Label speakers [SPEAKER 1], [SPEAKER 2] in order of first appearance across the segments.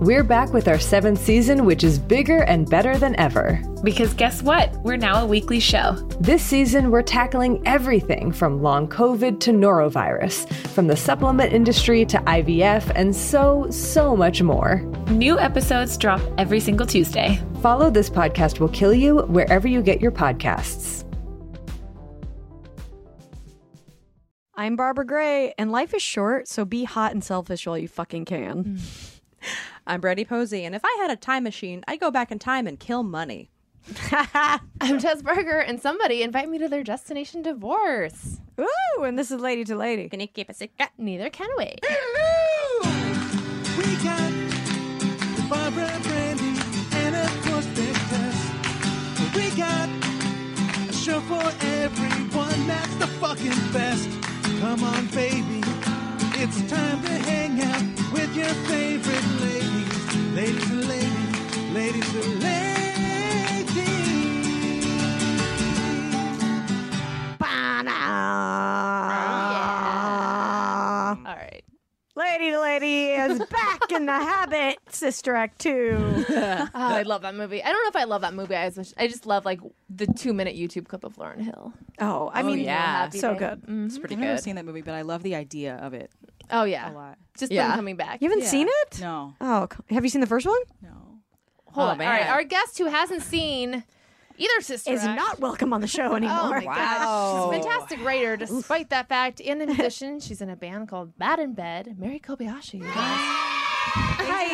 [SPEAKER 1] We're back with our seventh season, which is bigger and better than ever.
[SPEAKER 2] Because guess what? We're now a weekly show.
[SPEAKER 1] This season, we're tackling everything from long COVID to norovirus, from the supplement industry to IVF, and so, so much more.
[SPEAKER 2] New episodes drop every single Tuesday.
[SPEAKER 1] Follow This Podcast Will Kill You wherever you get your podcasts.
[SPEAKER 3] I'm Barbara Gray, and life is short, so be hot and selfish while you fucking
[SPEAKER 4] Mm.
[SPEAKER 3] can.
[SPEAKER 5] I'm Brady Posey, and if I had a time machine, I'd go back in time and kill money.
[SPEAKER 4] I'm Jess Berger, and somebody invite me to their destination divorce.
[SPEAKER 3] Ooh, and this is Lady to Lady.
[SPEAKER 5] Can you keep a secret?
[SPEAKER 4] Neither can we.
[SPEAKER 6] We got Barbara Brandy and of course Big Tess. We got a show for everyone that's the fucking best. Come on, baby. It's time to hang out with your favorite ladies. Ladies and ladies, ladies and ladies.
[SPEAKER 4] Yeah. All right.
[SPEAKER 3] Lady to Lady is back in the habit, Sister Act 2.
[SPEAKER 4] Oh, I love that movie. I don't know if I love that movie as much. I just love like the two minute YouTube clip of Lauren Hill.
[SPEAKER 3] Oh, I mean,
[SPEAKER 4] yeah. Happy
[SPEAKER 3] so
[SPEAKER 4] Day. Mm.
[SPEAKER 3] good.
[SPEAKER 5] It's pretty Mm, I've never seen that movie, but I love the idea of it
[SPEAKER 4] Oh
[SPEAKER 5] a
[SPEAKER 4] yeah.
[SPEAKER 5] lot.
[SPEAKER 4] Just
[SPEAKER 3] Yeah.
[SPEAKER 4] them coming back.
[SPEAKER 3] You haven't seen it?
[SPEAKER 5] No,
[SPEAKER 3] Oh, c- have you seen the first one?
[SPEAKER 5] no.
[SPEAKER 4] Hold
[SPEAKER 5] Oh,
[SPEAKER 4] on. All right.
[SPEAKER 5] man.
[SPEAKER 4] Our guest who hasn't seen either sister
[SPEAKER 3] Is
[SPEAKER 4] Act-
[SPEAKER 3] not welcome on the show
[SPEAKER 4] Oh
[SPEAKER 3] anymore.
[SPEAKER 4] my gosh, she's a fantastic writer. Despite that fact, and in addition, she's in a band called Bad in Bed. Mary Kobayashi. you guys.
[SPEAKER 3] Hi.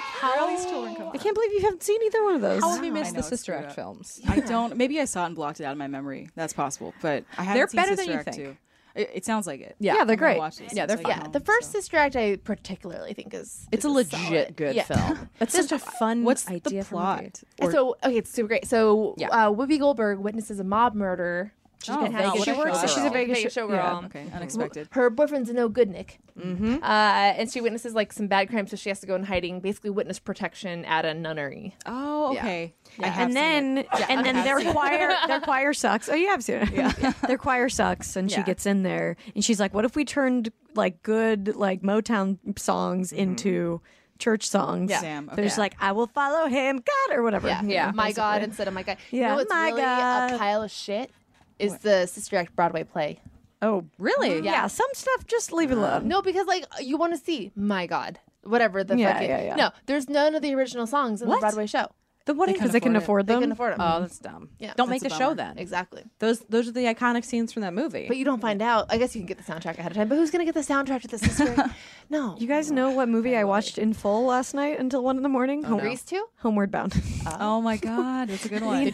[SPEAKER 4] How these children come?
[SPEAKER 3] I can't believe you haven't seen either one of those.
[SPEAKER 7] How have we
[SPEAKER 5] Wow. I
[SPEAKER 7] missed
[SPEAKER 5] know,
[SPEAKER 7] the
[SPEAKER 5] it's
[SPEAKER 7] Sister
[SPEAKER 5] screwed
[SPEAKER 7] Act
[SPEAKER 5] up.
[SPEAKER 7] films?
[SPEAKER 5] I don't. Maybe I saw it and blocked it out of my memory. That's possible, but I haven't
[SPEAKER 7] They're
[SPEAKER 5] seen
[SPEAKER 7] better than
[SPEAKER 5] Sister
[SPEAKER 7] you
[SPEAKER 5] Act
[SPEAKER 7] think.
[SPEAKER 5] Two. It, it sounds like it.
[SPEAKER 7] Yeah,
[SPEAKER 3] Yeah, they're
[SPEAKER 5] I'm gonna
[SPEAKER 3] great.
[SPEAKER 5] watch it
[SPEAKER 7] Yeah,
[SPEAKER 5] since
[SPEAKER 7] they're
[SPEAKER 5] I
[SPEAKER 4] Yeah,
[SPEAKER 8] oh.
[SPEAKER 5] get
[SPEAKER 4] the
[SPEAKER 5] home,
[SPEAKER 4] first
[SPEAKER 5] so.
[SPEAKER 4] Sister Act I particularly think is
[SPEAKER 7] It's a
[SPEAKER 4] is
[SPEAKER 7] legit
[SPEAKER 4] solid.
[SPEAKER 7] good
[SPEAKER 4] Yeah.
[SPEAKER 7] film.
[SPEAKER 5] That's such a fun
[SPEAKER 7] What's the
[SPEAKER 5] idea for a
[SPEAKER 7] plot?
[SPEAKER 5] movie.
[SPEAKER 4] so okay, it's super great. So
[SPEAKER 7] Yeah.
[SPEAKER 4] uh, Whoopi Goldberg witnesses a mob murder. She's
[SPEAKER 5] Oh,
[SPEAKER 4] been had-
[SPEAKER 5] Vegas
[SPEAKER 4] she works.
[SPEAKER 5] showgirl.
[SPEAKER 4] She's a Vegas, showgirl.
[SPEAKER 5] Okay, unexpected.
[SPEAKER 4] Her boyfriend's a no good Nick, mm-hmm. uh, and she witnesses like some bad crimes, so she has to go in hiding, basically witness protection at a nunnery.
[SPEAKER 7] Uh,
[SPEAKER 5] Oh,
[SPEAKER 4] Yeah.
[SPEAKER 5] okay. I have
[SPEAKER 3] and
[SPEAKER 5] seen it.
[SPEAKER 3] then and then their choir their choir sucks. Oh, you have seen it. their choir sucks, and she
[SPEAKER 5] Yeah.
[SPEAKER 3] gets in there, and she's like, "What if we turned like good like Motown songs into church songs?"
[SPEAKER 4] Mm-hmm. Yeah.
[SPEAKER 5] Sam, okay.
[SPEAKER 3] there's
[SPEAKER 5] Yeah.
[SPEAKER 3] like, "I will follow him, God," or whatever.
[SPEAKER 4] Yeah, My God, instead of my God.
[SPEAKER 3] Yeah.
[SPEAKER 4] you know what's
[SPEAKER 3] My
[SPEAKER 4] really
[SPEAKER 3] God.
[SPEAKER 4] a pile of shit is the Sister Act Broadway play.
[SPEAKER 3] Oh, really?
[SPEAKER 4] Mm-hmm.
[SPEAKER 3] Yeah. Some stuff, just
[SPEAKER 4] Uh,
[SPEAKER 3] leave it alone.
[SPEAKER 4] No, because like you want to see my God, whatever the
[SPEAKER 3] Yeah,
[SPEAKER 4] fuck. it-
[SPEAKER 3] yeah, yeah.
[SPEAKER 4] No, there's none of the original songs in
[SPEAKER 3] What?
[SPEAKER 4] the Broadway show.
[SPEAKER 3] The what because they couldn't afford
[SPEAKER 4] They
[SPEAKER 3] them.
[SPEAKER 4] can afford them.
[SPEAKER 7] Oh, that's dumb.
[SPEAKER 4] Yeah.
[SPEAKER 7] don't
[SPEAKER 4] That's
[SPEAKER 7] make
[SPEAKER 5] a
[SPEAKER 7] the show
[SPEAKER 5] bummer.
[SPEAKER 7] then.
[SPEAKER 4] exactly.
[SPEAKER 7] Those those are the iconic scenes from that movie.
[SPEAKER 4] But you don't find out. I guess you can get the soundtrack ahead of time. But who's gonna get the soundtrack to the sister? Act? no.
[SPEAKER 3] you guys know what movie I watched in full last night until one in the morning? Home-
[SPEAKER 4] Grease too.
[SPEAKER 3] Homeward Bound.
[SPEAKER 5] oh my god, that's a good one.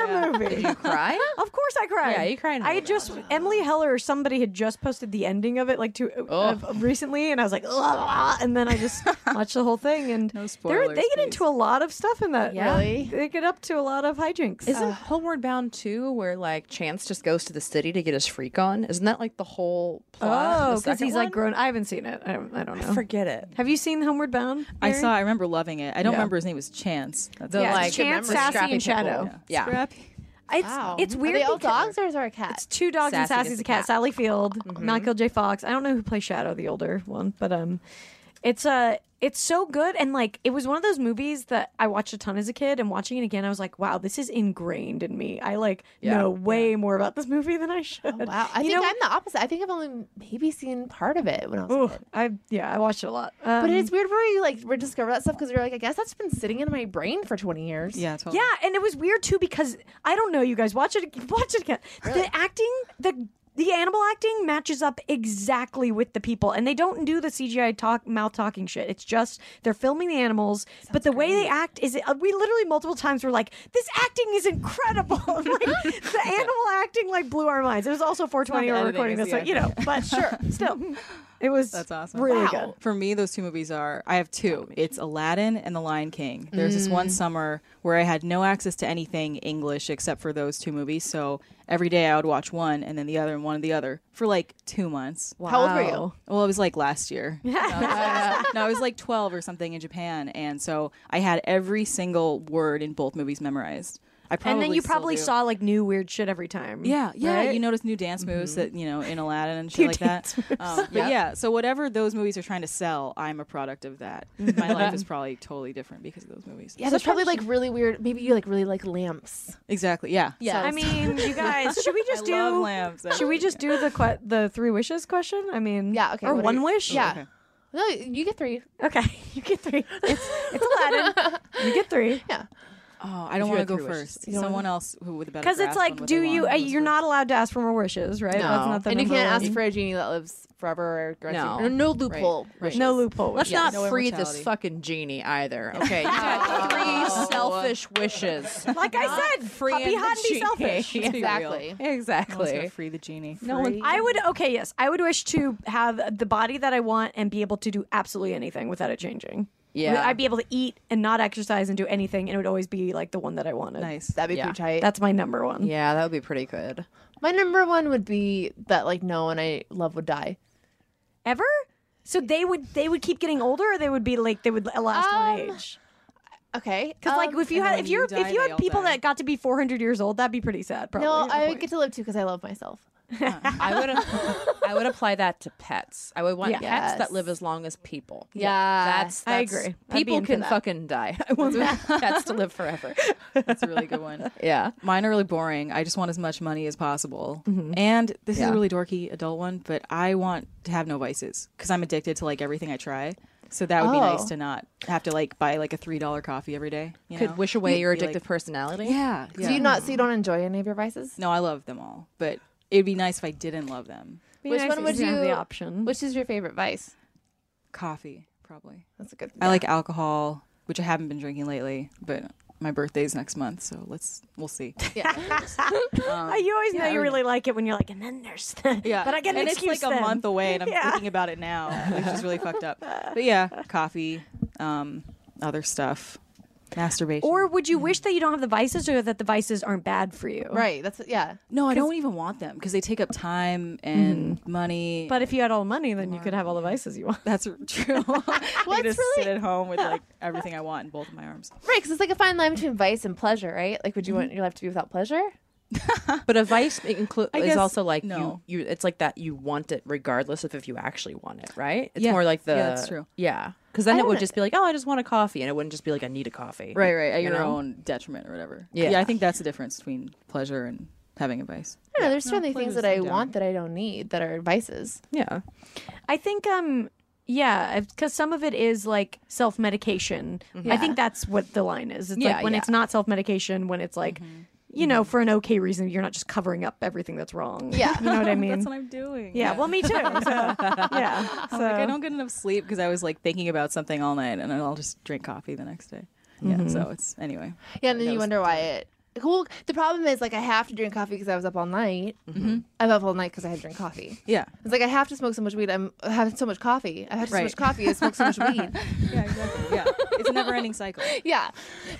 [SPEAKER 3] Entire movie.
[SPEAKER 7] you cry?
[SPEAKER 3] Of course I cried.
[SPEAKER 7] Yeah, you cried in
[SPEAKER 3] I
[SPEAKER 7] Homeward
[SPEAKER 3] just Emily Heller or somebody had just posted the ending of it like to uh,
[SPEAKER 7] Oh.
[SPEAKER 3] of- recently, and I was like, "Ugh," and then I just watched the whole thing. And
[SPEAKER 7] No
[SPEAKER 3] they're-
[SPEAKER 7] spoilers,
[SPEAKER 3] They get
[SPEAKER 7] please.
[SPEAKER 3] into a lot of stuff in that.
[SPEAKER 4] Yeah. Really?
[SPEAKER 3] they get up to a lot of hijinks. Oh,
[SPEAKER 7] Isn't Homeward Bound 2 where like Chance just goes to the city to get his freak on? Isn't that like the whole plot? of
[SPEAKER 3] oh,
[SPEAKER 7] the
[SPEAKER 3] because
[SPEAKER 7] second
[SPEAKER 3] he's
[SPEAKER 7] one?
[SPEAKER 3] like grown. I haven't seen it. I don't, I don't know.
[SPEAKER 7] Forget it.
[SPEAKER 3] Have you seen Homeward Bound?
[SPEAKER 5] I
[SPEAKER 3] Mary?
[SPEAKER 5] saw. I remember loving it. I don't remember his name was Chance. That's
[SPEAKER 7] The
[SPEAKER 5] all.
[SPEAKER 3] Yeah,
[SPEAKER 7] like
[SPEAKER 3] Chance,
[SPEAKER 7] the
[SPEAKER 3] Sassy,
[SPEAKER 7] scrappy
[SPEAKER 3] and
[SPEAKER 7] people.
[SPEAKER 3] Shadow.
[SPEAKER 7] Yeah.
[SPEAKER 3] It's it's weird.
[SPEAKER 4] Are they all
[SPEAKER 3] because-
[SPEAKER 4] dogs or is there a cat?
[SPEAKER 3] It's two dogs and
[SPEAKER 7] Sassy gets
[SPEAKER 3] Sassy's
[SPEAKER 7] the
[SPEAKER 3] a cat.
[SPEAKER 7] cat.
[SPEAKER 3] Sally Field,
[SPEAKER 4] Mm-hmm.
[SPEAKER 3] Michael J. Fox. I don't know who plays Shadow, the older one, but um, it's uh, it's so good and like it was one of those movies that I watched a ton as a kid and watching it again, I was like, wow, this is ingrained in me. I like know way more about this movie than I should.
[SPEAKER 4] Oh, wow. I
[SPEAKER 3] You
[SPEAKER 4] think
[SPEAKER 3] know-
[SPEAKER 4] I'm the opposite. I think I've only maybe seen part of it when I was. a
[SPEAKER 3] Ooh,
[SPEAKER 4] kid.
[SPEAKER 3] I yeah, I watched it a lot. Um,
[SPEAKER 4] But it's weird where you like rediscover that stuff because you're like, I guess that's been sitting in my brain for 20 years.
[SPEAKER 5] Yeah, totally.
[SPEAKER 3] Yeah, and it was weird too because I don't know, you guys watch it, watch it again. The acting, the the animal acting matches up exactly with the people, and they don't do the CGI talk mouth talking shit. It's just they're filming the animals, but the way they act is uh, we literally multiple times were like, this acting is incredible. like the animal acting like blew our minds. It was also 420.
[SPEAKER 5] the
[SPEAKER 3] We're
[SPEAKER 5] editing,
[SPEAKER 3] recording
[SPEAKER 5] it's
[SPEAKER 3] this,
[SPEAKER 5] the
[SPEAKER 3] so you know, but sure, still. It was
[SPEAKER 8] That's awesome.
[SPEAKER 3] Really good.
[SPEAKER 8] For me, those two movies are I have two. It's Aladdin and The Lion King. There's this one summer where I had no access to anything English except for those two movies. So every day I would watch one and then the other and one and the other for like two months.
[SPEAKER 4] How old were you?
[SPEAKER 8] Well, it was like last year. Uh, no, I was like 12 or something in Japan. And so I had every single word in both movies memorized. I probably
[SPEAKER 3] and then you
[SPEAKER 8] still
[SPEAKER 3] probably
[SPEAKER 8] do.
[SPEAKER 3] saw like new weird shit every time.
[SPEAKER 8] Yeah, yeah.
[SPEAKER 3] Right? Mm-hmm.
[SPEAKER 8] You notice new dance moves that you know in Aladdin and shit like that. Um, but yeah, so whatever those movies are trying to sell, I'm a product of that.
[SPEAKER 3] Mm-hmm.
[SPEAKER 8] My life is probably totally different because of those movies.
[SPEAKER 4] Yeah, there's probably like really weird. Maybe you like really like lamps.
[SPEAKER 8] exactly. Yeah,
[SPEAKER 4] Yeah,
[SPEAKER 3] I mean, you guys, should we just
[SPEAKER 8] I
[SPEAKER 3] do?
[SPEAKER 8] love lamps.
[SPEAKER 3] Should we just do the que- the three wishes question? I mean,
[SPEAKER 4] Yeah, okay,
[SPEAKER 3] or
[SPEAKER 4] what are
[SPEAKER 3] one
[SPEAKER 4] you-
[SPEAKER 3] wish?
[SPEAKER 4] yeah. No, you get three.
[SPEAKER 3] Okay, you get three. It's it's Aladdin. you get three
[SPEAKER 8] Oh, I don't want to go first. Someone else who with a better
[SPEAKER 3] because it's
[SPEAKER 8] grasp on
[SPEAKER 3] like,
[SPEAKER 8] what they
[SPEAKER 3] do you?
[SPEAKER 8] want
[SPEAKER 3] Uh,
[SPEAKER 8] goes
[SPEAKER 3] you're not allowed to ask for more wishes, right? That's not the
[SPEAKER 4] and you
[SPEAKER 3] number
[SPEAKER 4] can't ask
[SPEAKER 3] one.
[SPEAKER 4] for a genie that lives forever or grants
[SPEAKER 5] No.
[SPEAKER 4] you- no, loophole.
[SPEAKER 8] first.
[SPEAKER 3] no loophole.
[SPEAKER 5] Let's
[SPEAKER 3] wishes.
[SPEAKER 5] not
[SPEAKER 8] No
[SPEAKER 5] free
[SPEAKER 8] immortality.
[SPEAKER 5] this fucking genie either. Okay, you got three selfish wishes.
[SPEAKER 3] Like I said,
[SPEAKER 5] free
[SPEAKER 3] puppy
[SPEAKER 5] and
[SPEAKER 3] hot and be
[SPEAKER 5] the
[SPEAKER 3] selfish.
[SPEAKER 8] Let's be real.
[SPEAKER 4] Exactly.
[SPEAKER 8] No one's gonna
[SPEAKER 5] Exactly.
[SPEAKER 8] free the genie.
[SPEAKER 5] No one.
[SPEAKER 3] I would okay, yes. I would wish to have the body that I want and be able to do absolutely anything without it changing.
[SPEAKER 5] Yeah.
[SPEAKER 3] I'd be able to eat and not exercise and do anything, and it would always be like the one that I wanted.
[SPEAKER 8] Nice.
[SPEAKER 4] That'd be
[SPEAKER 5] Yeah.
[SPEAKER 4] pretty tight.
[SPEAKER 3] That's my number one.
[SPEAKER 5] Yeah, that would be pretty good.
[SPEAKER 4] My number one would be that like no one I love would die.
[SPEAKER 3] Ever? So they would they would keep getting older, or they would be like they would last my
[SPEAKER 4] Um,
[SPEAKER 3] age.
[SPEAKER 4] Okay,
[SPEAKER 3] Because like
[SPEAKER 4] um,
[SPEAKER 3] if you had
[SPEAKER 8] when
[SPEAKER 3] if you're
[SPEAKER 8] you die,
[SPEAKER 3] if you
[SPEAKER 8] they
[SPEAKER 3] had
[SPEAKER 8] all
[SPEAKER 3] people
[SPEAKER 8] die.
[SPEAKER 3] that got to be 400 years old, that'd be pretty sad. Probably.
[SPEAKER 4] no,
[SPEAKER 3] at a
[SPEAKER 4] I
[SPEAKER 3] point.
[SPEAKER 4] get to live too because I love myself.
[SPEAKER 5] I would I would apply that to pets. I would want
[SPEAKER 3] Yeah.
[SPEAKER 5] pets
[SPEAKER 4] Yes.
[SPEAKER 5] that live as long as people.
[SPEAKER 4] Yeah.
[SPEAKER 5] That's,
[SPEAKER 3] I
[SPEAKER 5] that's-
[SPEAKER 3] agree. I'd be
[SPEAKER 5] People
[SPEAKER 3] in for
[SPEAKER 5] can
[SPEAKER 3] that.
[SPEAKER 5] fucking die. I want pets to live forever.
[SPEAKER 8] That's a really good one.
[SPEAKER 5] Yeah.
[SPEAKER 8] Mine are really boring. I just want as much money as possible.
[SPEAKER 5] Mm-hmm.
[SPEAKER 8] And this is a really dorky adult one, but I want to have no vices because I'm addicted to like everything I try. So that would be nice
[SPEAKER 4] Oh.
[SPEAKER 8] to not have to like buy like a three dollar coffee every day. You know?
[SPEAKER 5] Could wish away your
[SPEAKER 8] Be
[SPEAKER 5] addictive
[SPEAKER 8] like-
[SPEAKER 5] personality.
[SPEAKER 8] Yeah.
[SPEAKER 4] Do
[SPEAKER 8] yeah.
[SPEAKER 4] you not? So you don't enjoy any of your vices?
[SPEAKER 8] No, I love them all, but it'd be nice if I didn't love them.
[SPEAKER 4] Which
[SPEAKER 3] nice
[SPEAKER 4] one
[SPEAKER 3] if
[SPEAKER 4] would
[SPEAKER 3] you
[SPEAKER 4] you?
[SPEAKER 3] have the option.
[SPEAKER 4] Which is your favorite vice?
[SPEAKER 8] Coffee, probably.
[SPEAKER 4] That's a good.
[SPEAKER 8] I like alcohol, which I haven't been drinking lately, but my birthday's next month, so let's we'll see.
[SPEAKER 3] Oh, Um, you always know you really like it when you're like, and then there's the,
[SPEAKER 8] Yeah,
[SPEAKER 3] But I get an
[SPEAKER 8] and
[SPEAKER 3] excuse
[SPEAKER 8] it's like
[SPEAKER 3] then.
[SPEAKER 8] a month away, and I'm
[SPEAKER 3] Yeah.
[SPEAKER 8] thinking about it now, which is really fucked up. But yeah, coffee, um, other stuff, masturbation.
[SPEAKER 3] Or would
[SPEAKER 8] Mm-hmm.
[SPEAKER 3] you wish that you don't have the vices, or that the vices aren't bad for you?
[SPEAKER 4] Right. That's yeah.
[SPEAKER 8] no, I don't even want them because they take up time and money.
[SPEAKER 3] Mm-hmm. But if you had all the money, then you could have
[SPEAKER 8] Mm-hmm.
[SPEAKER 3] all the vices you want.
[SPEAKER 8] that's true. I
[SPEAKER 4] What's
[SPEAKER 8] just
[SPEAKER 4] really-
[SPEAKER 8] sit at home with like everything I want in both of my arms.
[SPEAKER 4] Right, because it's like a fine line between vice and pleasure, right? Like, would you want your life to be without pleasure?
[SPEAKER 5] But a vice inclu-
[SPEAKER 8] I
[SPEAKER 5] is
[SPEAKER 8] guess
[SPEAKER 5] also like
[SPEAKER 8] no.
[SPEAKER 5] you, you. It's like that you want it regardless of if you actually want it, right? It's
[SPEAKER 8] Yeah.
[SPEAKER 5] more like the
[SPEAKER 8] Yeah, that's true.
[SPEAKER 5] Yeah, because then
[SPEAKER 4] I
[SPEAKER 5] it would
[SPEAKER 4] don't-
[SPEAKER 5] just be like, oh, I just want a coffee, and it wouldn't just be like, I need a coffee.
[SPEAKER 8] Right, right. At
[SPEAKER 5] You
[SPEAKER 8] your
[SPEAKER 5] know?
[SPEAKER 8] own detriment or whatever.
[SPEAKER 5] Yeah.
[SPEAKER 8] I think that's the difference between pleasure and having a vice.
[SPEAKER 4] I don't know. There's certainly things
[SPEAKER 8] pleasure's
[SPEAKER 4] that I
[SPEAKER 8] down.
[SPEAKER 4] want that I don't need that are vices.
[SPEAKER 5] Yeah.
[SPEAKER 3] I think um yeah, because some of it is like self medication. I think that's what the line is. It's
[SPEAKER 5] Yeah,
[SPEAKER 3] like when
[SPEAKER 5] yeah.
[SPEAKER 3] it's not self medication, when it's like, you know, for an okay reason, you're not just covering up everything that's wrong.
[SPEAKER 4] Yeah.
[SPEAKER 3] you know what I mean.
[SPEAKER 8] Oh, That's what I'm doing.
[SPEAKER 3] yeah, well, me too. So, yeah, so
[SPEAKER 8] Like I don't get enough sleep because I was like thinking about something all night, and then I'll just drink coffee the next day.
[SPEAKER 3] Mm-hmm.
[SPEAKER 8] Yeah, so it's anyway.
[SPEAKER 4] Yeah, and then you wonder why it. Well, the problem is like I have to drink coffee because I was up all night. I'm up all night because I had to drink coffee.
[SPEAKER 8] Yeah,
[SPEAKER 4] It's like I have to smoke so much weed. I'm having so much coffee. I have so
[SPEAKER 8] Right.
[SPEAKER 4] much coffee. I smoke so much weed.
[SPEAKER 8] yeah, exactly. Yeah, it's a never-ending cycle.
[SPEAKER 4] Yeah,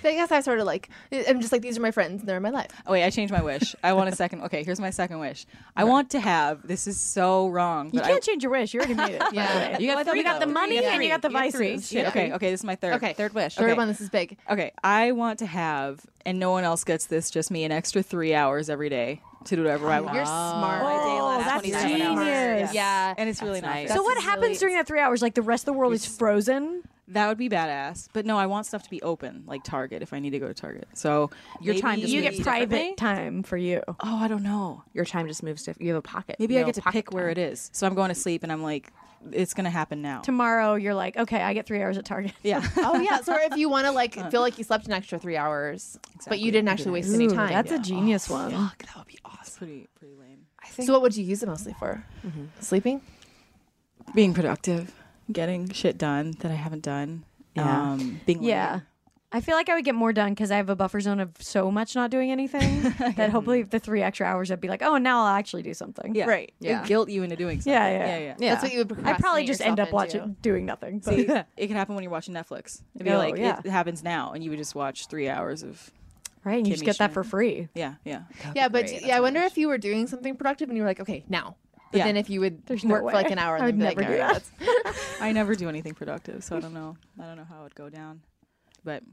[SPEAKER 4] but I guess I sort of like I'm just like these are my friends and they're in my life.
[SPEAKER 8] Oh wait, I changed my wish. I want a second. Okay, here's my second wish. I want to have. This is so wrong.
[SPEAKER 3] you
[SPEAKER 8] but I-
[SPEAKER 3] can't change your wish. You already made it.
[SPEAKER 4] Yeah.
[SPEAKER 3] yeah,
[SPEAKER 5] You got
[SPEAKER 3] you
[SPEAKER 5] three,
[SPEAKER 3] got the
[SPEAKER 5] though.
[SPEAKER 3] money
[SPEAKER 4] Yeah.
[SPEAKER 3] and you got the vices.
[SPEAKER 8] Shit, okay, okay. This is my third.
[SPEAKER 4] Okay, third wish.
[SPEAKER 8] Okay.
[SPEAKER 4] Third one. This is big.
[SPEAKER 8] Okay, I want to have, and no one else gets this, just me, an extra three hours every day to do whatever I want.
[SPEAKER 4] You're smart.
[SPEAKER 3] Oh, that's
[SPEAKER 8] 27 hours.
[SPEAKER 3] genius.
[SPEAKER 4] Yeah.
[SPEAKER 8] and it's really nice.
[SPEAKER 3] So what happens during that three hours? Like the rest of the world is frozen.
[SPEAKER 8] That would be badass. But no, I want stuff to be open, like Target, if I need to go to Target. So your
[SPEAKER 5] time just
[SPEAKER 3] You
[SPEAKER 5] Maybe
[SPEAKER 3] get private time for you.
[SPEAKER 8] Oh, I don't know.
[SPEAKER 5] Your time just moves different. You have a pocket.
[SPEAKER 8] Maybe
[SPEAKER 5] You
[SPEAKER 8] I
[SPEAKER 5] have
[SPEAKER 8] get to
[SPEAKER 5] a pocket
[SPEAKER 8] pick where
[SPEAKER 5] time.
[SPEAKER 8] it is. So I'm going to sleep, and I'm like, it's gonna happen now.
[SPEAKER 3] Tomorrow, you're like, okay, I get three hours at Target.
[SPEAKER 8] yeah.
[SPEAKER 4] Oh yeah. So if you want to like feel like you slept an extra three hours, but you didn't actually waste any
[SPEAKER 3] Ooh,
[SPEAKER 4] time.
[SPEAKER 3] That's a genius one.
[SPEAKER 8] Fuck, that would be awesome. Pretty, pretty lame.
[SPEAKER 4] so what would you use it mostly for? Sleeping.
[SPEAKER 8] Being productive, getting shit done that I haven't done.
[SPEAKER 5] Yeah.
[SPEAKER 8] Um, being
[SPEAKER 3] Yeah.
[SPEAKER 8] lazy.
[SPEAKER 3] I feel like I would get more done because I have a buffer zone of so much not doing anything that hopefully if the three extra hours I'd be like, oh, now I'll actually do something.
[SPEAKER 8] Yeah.
[SPEAKER 5] Right.
[SPEAKER 8] Yeah.
[SPEAKER 7] Yeah.
[SPEAKER 8] guilt you into doing something.
[SPEAKER 3] Yeah, yeah.
[SPEAKER 8] yeah.
[SPEAKER 7] Yeah.
[SPEAKER 4] That's what you would
[SPEAKER 3] I probably
[SPEAKER 4] procrastinate
[SPEAKER 3] just end up
[SPEAKER 4] yourself
[SPEAKER 3] watching
[SPEAKER 4] into.
[SPEAKER 3] doing nothing. but-
[SPEAKER 8] See, it can happen when you're watching Netflix. It'd be
[SPEAKER 5] Oh,
[SPEAKER 3] No,
[SPEAKER 8] like
[SPEAKER 3] yeah.
[SPEAKER 8] it happens now, and you would just watch three hours of
[SPEAKER 3] right, and you just
[SPEAKER 8] Kimmy
[SPEAKER 3] get that
[SPEAKER 8] Schmidt.
[SPEAKER 3] for free.
[SPEAKER 8] yeah, yeah.
[SPEAKER 4] Yeah, but yeah, I wonder if you were doing something productive and you were like, okay, now. But
[SPEAKER 8] Yeah.
[SPEAKER 4] then if you would
[SPEAKER 3] There's no
[SPEAKER 4] work
[SPEAKER 3] way.
[SPEAKER 4] for like an hour
[SPEAKER 3] I
[SPEAKER 4] and then be
[SPEAKER 3] would
[SPEAKER 4] like, all
[SPEAKER 3] never
[SPEAKER 4] right,
[SPEAKER 3] do
[SPEAKER 4] that's
[SPEAKER 8] I never do anything productive, so I don't know. I don't know how it would go down, but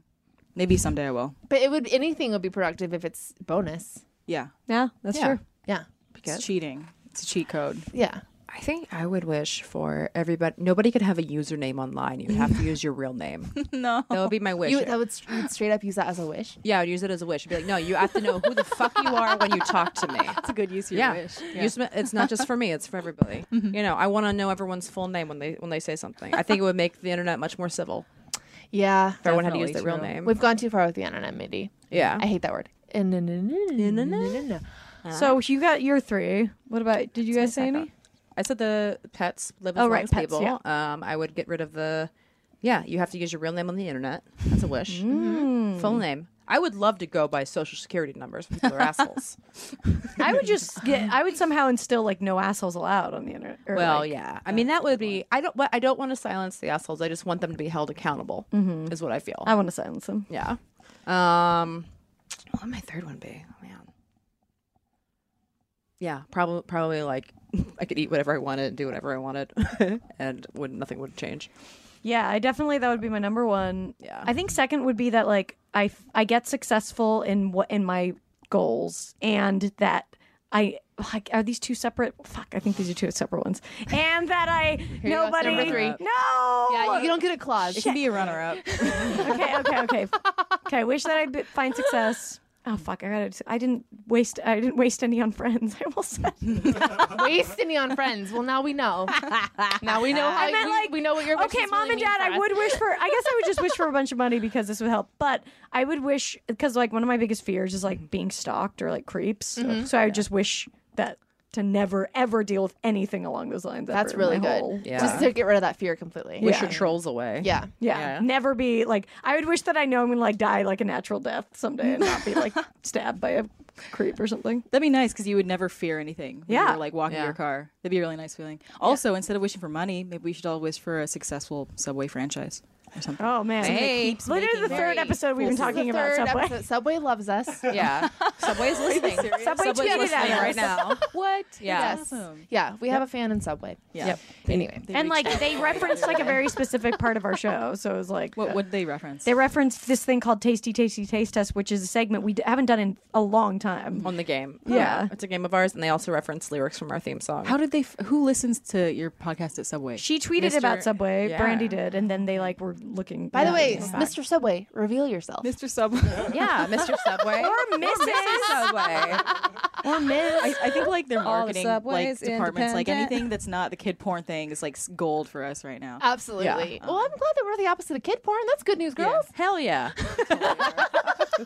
[SPEAKER 8] maybe someday I will.
[SPEAKER 4] But it would anything would be productive if it's bonus.
[SPEAKER 8] Yeah,
[SPEAKER 3] Yeah, that's
[SPEAKER 7] Yeah.
[SPEAKER 3] true.
[SPEAKER 4] Yeah.
[SPEAKER 7] Good.
[SPEAKER 8] it's cheating. It's a cheat code.
[SPEAKER 4] Yeah.
[SPEAKER 7] I think I would wish for everybody. Nobody could have a username online. You have to use your real name.
[SPEAKER 8] No.
[SPEAKER 7] That would be my wish.
[SPEAKER 4] You that would, you would straight up use that as a wish.
[SPEAKER 7] yeah, I'd use it as a wish. I'd be like, no, you have to know who the fuck you are when you talk to me.
[SPEAKER 8] That's a good use of
[SPEAKER 7] Yeah.
[SPEAKER 8] your wish. Mm-hmm.
[SPEAKER 7] Use my- it's not just for me; it's for everybody. You know, I want to know everyone's full name when they when they say something. I think it would make the internet much more civil
[SPEAKER 4] Yeah.
[SPEAKER 7] if everyone had to use their
[SPEAKER 8] Definitely
[SPEAKER 7] real
[SPEAKER 8] true.
[SPEAKER 7] name.
[SPEAKER 4] We've gone too far with the anonymity.
[SPEAKER 7] yeah,
[SPEAKER 4] I hate that word. No,
[SPEAKER 3] So you got your three. What about? Did you guys say any?
[SPEAKER 7] I said the pets live as
[SPEAKER 3] Oh,
[SPEAKER 7] long
[SPEAKER 3] right,
[SPEAKER 7] as
[SPEAKER 3] pets,
[SPEAKER 7] people. Um, I would get rid of the. Yeah, you have to use your real name on the internet. That's a wish. Mm-hmm. Full name. I would love to go by social security numbers. but People are assholes.
[SPEAKER 3] I would just get. I would somehow instill like no assholes allowed on the internet. or,
[SPEAKER 7] well,
[SPEAKER 3] like-
[SPEAKER 7] yeah. I mean, that would be. I don't. but I don't want to silence the assholes. I just want them to be held accountable.
[SPEAKER 8] Mm-hmm.
[SPEAKER 7] Is what I feel.
[SPEAKER 8] Oh.
[SPEAKER 3] I want to silence them.
[SPEAKER 7] yeah. Um. What would my third one be? Oh, man. Yeah. Probably. Probably like I could eat whatever I wanted, do whatever I wanted, and would nothing would change.
[SPEAKER 3] Yeah, I definitely that would be my number one.
[SPEAKER 7] Yeah.
[SPEAKER 3] I think second would be that like I f- I get successful in what in my goals and that I like are these two separate? Fuck, I think these are two separate ones. And that I
[SPEAKER 4] you go,
[SPEAKER 3] nobody
[SPEAKER 4] number three.
[SPEAKER 3] no.
[SPEAKER 4] you don't get a clause.
[SPEAKER 8] It can be a runner up.
[SPEAKER 3] okay, okay, okay, okay. I wish that I would find success. Oh fuck! I gotta. I didn't waste. I didn't waste any on friends. I almost said.
[SPEAKER 4] Waste any on friends. Well, now we know. now we know how
[SPEAKER 3] I meant
[SPEAKER 4] we,
[SPEAKER 3] like
[SPEAKER 4] we know what your wishes
[SPEAKER 3] okay, mom
[SPEAKER 4] really
[SPEAKER 3] and
[SPEAKER 4] mean
[SPEAKER 3] dad.
[SPEAKER 4] for
[SPEAKER 3] I
[SPEAKER 4] us.
[SPEAKER 3] would wish for. I guess I would just wish for a bunch of money because this would help. But I would wish because like one of my biggest fears is like being stalked or like creeps.
[SPEAKER 4] Mm-hmm.
[SPEAKER 3] So I would just wish that to never ever deal with anything along those lines.
[SPEAKER 4] That's
[SPEAKER 3] ever in
[SPEAKER 4] really
[SPEAKER 3] my
[SPEAKER 4] good.
[SPEAKER 3] whole-
[SPEAKER 7] Yeah.
[SPEAKER 4] Just to get rid of that fear completely.
[SPEAKER 7] Wish your trolls away.
[SPEAKER 4] Yeah.
[SPEAKER 3] Yeah,
[SPEAKER 7] Yeah.
[SPEAKER 3] never be like. I would wish that I know I'm gonna like die like a natural death someday and not be like stabbed by a creep or something.
[SPEAKER 8] That'd be nice because you would never fear anything. When
[SPEAKER 3] Yeah.
[SPEAKER 8] you were, like walking to
[SPEAKER 7] Yeah.
[SPEAKER 8] your car. That'd be a really nice feeling. Also, instead of wishing for money, maybe we should all wish for a successful Subway franchise or something.
[SPEAKER 3] Oh man!
[SPEAKER 7] Hey. keeps
[SPEAKER 3] literally the
[SPEAKER 4] making
[SPEAKER 3] third
[SPEAKER 4] very
[SPEAKER 3] episode we've been
[SPEAKER 4] This is the
[SPEAKER 3] talking about
[SPEAKER 4] third
[SPEAKER 3] Subway.
[SPEAKER 4] episode. Subway loves us.
[SPEAKER 7] Yeah. Subway's listening.
[SPEAKER 3] Subway
[SPEAKER 7] Subway's
[SPEAKER 3] tweeted at
[SPEAKER 7] listening
[SPEAKER 3] us.
[SPEAKER 7] right now.
[SPEAKER 4] What?
[SPEAKER 7] Yeah.
[SPEAKER 4] Yes.
[SPEAKER 8] Awesome.
[SPEAKER 4] Yeah, we have a fan in Subway.
[SPEAKER 8] Yeah.
[SPEAKER 4] Anyway,
[SPEAKER 3] And like they referenced like a very specific part of our show, so it was like
[SPEAKER 7] uh,
[SPEAKER 8] What would they reference?
[SPEAKER 3] they referenced this thing called Tasty Tasty Taste Test, which is a segment we d- haven't done in a long time.
[SPEAKER 7] On the game.
[SPEAKER 3] Yeah.
[SPEAKER 7] It's a game of ours, and they also reference lyrics from our theme song.
[SPEAKER 8] How did they? F- who listens to your podcast at Subway?
[SPEAKER 3] She tweeted
[SPEAKER 7] Mr.
[SPEAKER 3] about Subway,
[SPEAKER 7] Yeah.
[SPEAKER 3] Brandy did, and then they like were looking.
[SPEAKER 4] by the
[SPEAKER 3] yeah,
[SPEAKER 4] way,
[SPEAKER 3] yeah.
[SPEAKER 4] Mr. Subway, reveal yourself.
[SPEAKER 8] Mr. Subway.
[SPEAKER 7] Yeah, Mr. Subway.
[SPEAKER 3] or Mrs.
[SPEAKER 7] Subway.
[SPEAKER 3] or Miss.
[SPEAKER 8] I, I think like their
[SPEAKER 7] the
[SPEAKER 8] marketing like
[SPEAKER 7] Subway's
[SPEAKER 8] departments, like
[SPEAKER 7] independent.
[SPEAKER 8] anything that's not the kid porn thing, is like s- gold for us right now.
[SPEAKER 4] Absolutely. Well, I'm glad that we're the opposite of kid porn. That's good news, girls.
[SPEAKER 7] Hell yeah.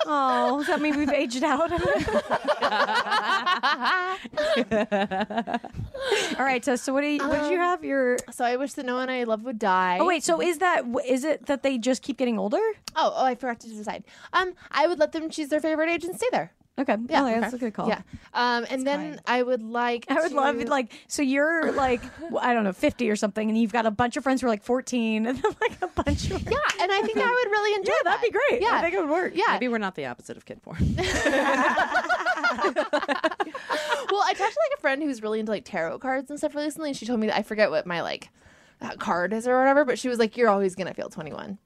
[SPEAKER 3] Oh, does that mean we've aged out? All right, so so what do you, what did you have your?
[SPEAKER 4] So I wish that no one I love would die.
[SPEAKER 3] Um, Oh wait, so is that is it that they just keep getting older?
[SPEAKER 4] Oh, oh, I forgot to decide. Um, I would let them choose their favorite age and stay there.
[SPEAKER 3] Okay,
[SPEAKER 4] Yeah,
[SPEAKER 3] Oh, yeah,
[SPEAKER 4] okay.
[SPEAKER 3] that's a good call.
[SPEAKER 4] Yeah. Um, and then I would like.
[SPEAKER 3] I would
[SPEAKER 4] to-
[SPEAKER 3] love it. Like, so you're like, w- I don't know, 50 or something, and you've got a bunch of friends who are like 14, and then like a bunch of.
[SPEAKER 4] Yeah, and I think I would really enjoy.
[SPEAKER 3] Yeah, that'd be great.
[SPEAKER 4] Yeah,
[SPEAKER 3] I think it would work.
[SPEAKER 4] Yeah.
[SPEAKER 7] Maybe we're not the opposite of kid porn.
[SPEAKER 4] well, I talked to like a friend who's really into like tarot cards and stuff recently, and she told me that I forget what my like uh, card is or whatever, but she was like, "You're always gonna feel 21."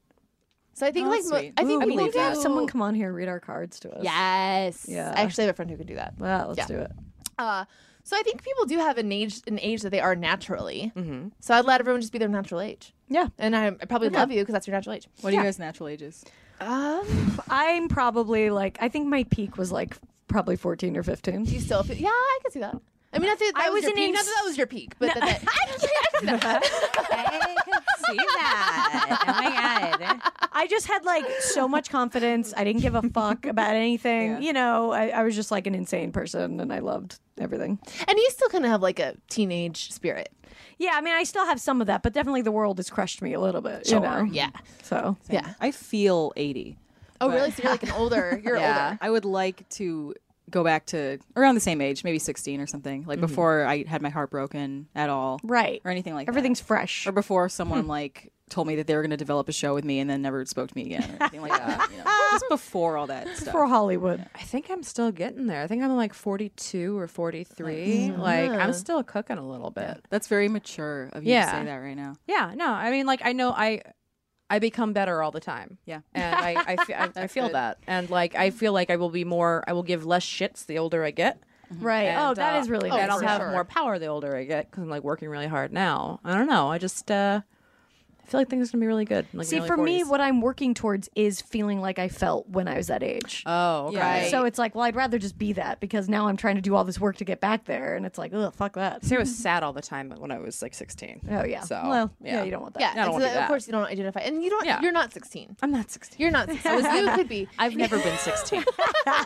[SPEAKER 4] So I think
[SPEAKER 8] Oh,
[SPEAKER 4] like mo-
[SPEAKER 8] sweet.
[SPEAKER 4] I think
[SPEAKER 8] Ooh,
[SPEAKER 4] people
[SPEAKER 8] believe
[SPEAKER 4] do.
[SPEAKER 8] that.
[SPEAKER 3] Have someone come on here and read our cards to us.
[SPEAKER 4] Yes.
[SPEAKER 3] Yeah.
[SPEAKER 4] I actually have a friend who can do that.
[SPEAKER 3] Well, let's
[SPEAKER 4] Yeah.
[SPEAKER 3] do it.
[SPEAKER 4] Uh, so I think people do have an age an age that they are naturally. So I'd let everyone just be their natural age.
[SPEAKER 3] Yeah.
[SPEAKER 4] And I, I probably love you because that's your natural age.
[SPEAKER 8] What are you guys' natural ages?
[SPEAKER 4] Um,
[SPEAKER 3] I'm probably like, I think my peak was like probably 14 or 15.
[SPEAKER 4] do you still feel? Yeah, I can see that. I mean, not that, that
[SPEAKER 3] I was
[SPEAKER 4] was, your
[SPEAKER 3] an
[SPEAKER 4] peak. Not
[SPEAKER 3] ins-
[SPEAKER 4] that, that was your peak, but that, that,
[SPEAKER 7] see that. Oh my god.
[SPEAKER 3] I just had like so much confidence. I didn't give a fuck about anything. You know, I, I was just like an insane person and I loved everything.
[SPEAKER 4] and you still kind of have like a teenage spirit.
[SPEAKER 3] Yeah, I mean, I still have some of that, but definitely the world has crushed me a little bit. You know?
[SPEAKER 4] Yeah.
[SPEAKER 3] So,
[SPEAKER 4] Yeah.
[SPEAKER 8] I feel eighty.
[SPEAKER 4] Oh,
[SPEAKER 8] But-
[SPEAKER 4] really? So you're like an older. You're
[SPEAKER 7] Yeah.
[SPEAKER 4] older.
[SPEAKER 8] I would like to go back to around the same age, maybe 16 or something, like before I had my heart broken at all
[SPEAKER 3] Right.
[SPEAKER 8] or anything like that.
[SPEAKER 3] Everything's fresh.
[SPEAKER 8] Or before someone like told me that they were going to develop a show with me and then never spoke to me again or anything like that. You know? Just before all that stuff.
[SPEAKER 3] For Hollywood.
[SPEAKER 7] I think I'm still getting there. I think I'm like 42 or 43. Like mm-hmm. I'm still cooking a little bit.
[SPEAKER 8] That's very mature of you to
[SPEAKER 7] Yeah.
[SPEAKER 8] say that right now.
[SPEAKER 7] Yeah. No, I mean, like I know I, I become better all the time.
[SPEAKER 8] Yeah.
[SPEAKER 7] and I I, fe- I, I feel
[SPEAKER 8] good.
[SPEAKER 7] that, and like I feel like I will be more. I will give less shits the older I get.
[SPEAKER 4] Right.
[SPEAKER 7] And,
[SPEAKER 3] Oh, that
[SPEAKER 7] uh,
[SPEAKER 3] is really
[SPEAKER 4] Oh,
[SPEAKER 3] nice.
[SPEAKER 7] and I'll
[SPEAKER 4] for
[SPEAKER 7] have
[SPEAKER 4] sure.
[SPEAKER 7] more power the older I get because I'm like working really hard now. I don't know. I just uh, I feel like things are gonna be really good. Like
[SPEAKER 3] See, for me, what I'm working towards is feeling like I felt when I was that age.
[SPEAKER 7] Oh, okay.
[SPEAKER 4] Right.
[SPEAKER 3] So it's like, well, I'd rather just be that because now I'm trying to do all this work to get back there, and it's like, ugh, fuck that.
[SPEAKER 7] Sarah was sad all the time when I was like 16.
[SPEAKER 3] Oh yeah.
[SPEAKER 7] So
[SPEAKER 3] well, yeah. you don't want that.
[SPEAKER 4] Yeah.
[SPEAKER 7] don't
[SPEAKER 4] and so
[SPEAKER 7] wanna do
[SPEAKER 4] that-
[SPEAKER 7] that.
[SPEAKER 4] of course you don't identify, and you don't.
[SPEAKER 7] Yeah.
[SPEAKER 4] You're not 16.
[SPEAKER 7] I'm not 16.
[SPEAKER 4] You're not. 16. you could be.
[SPEAKER 7] I've never been 16.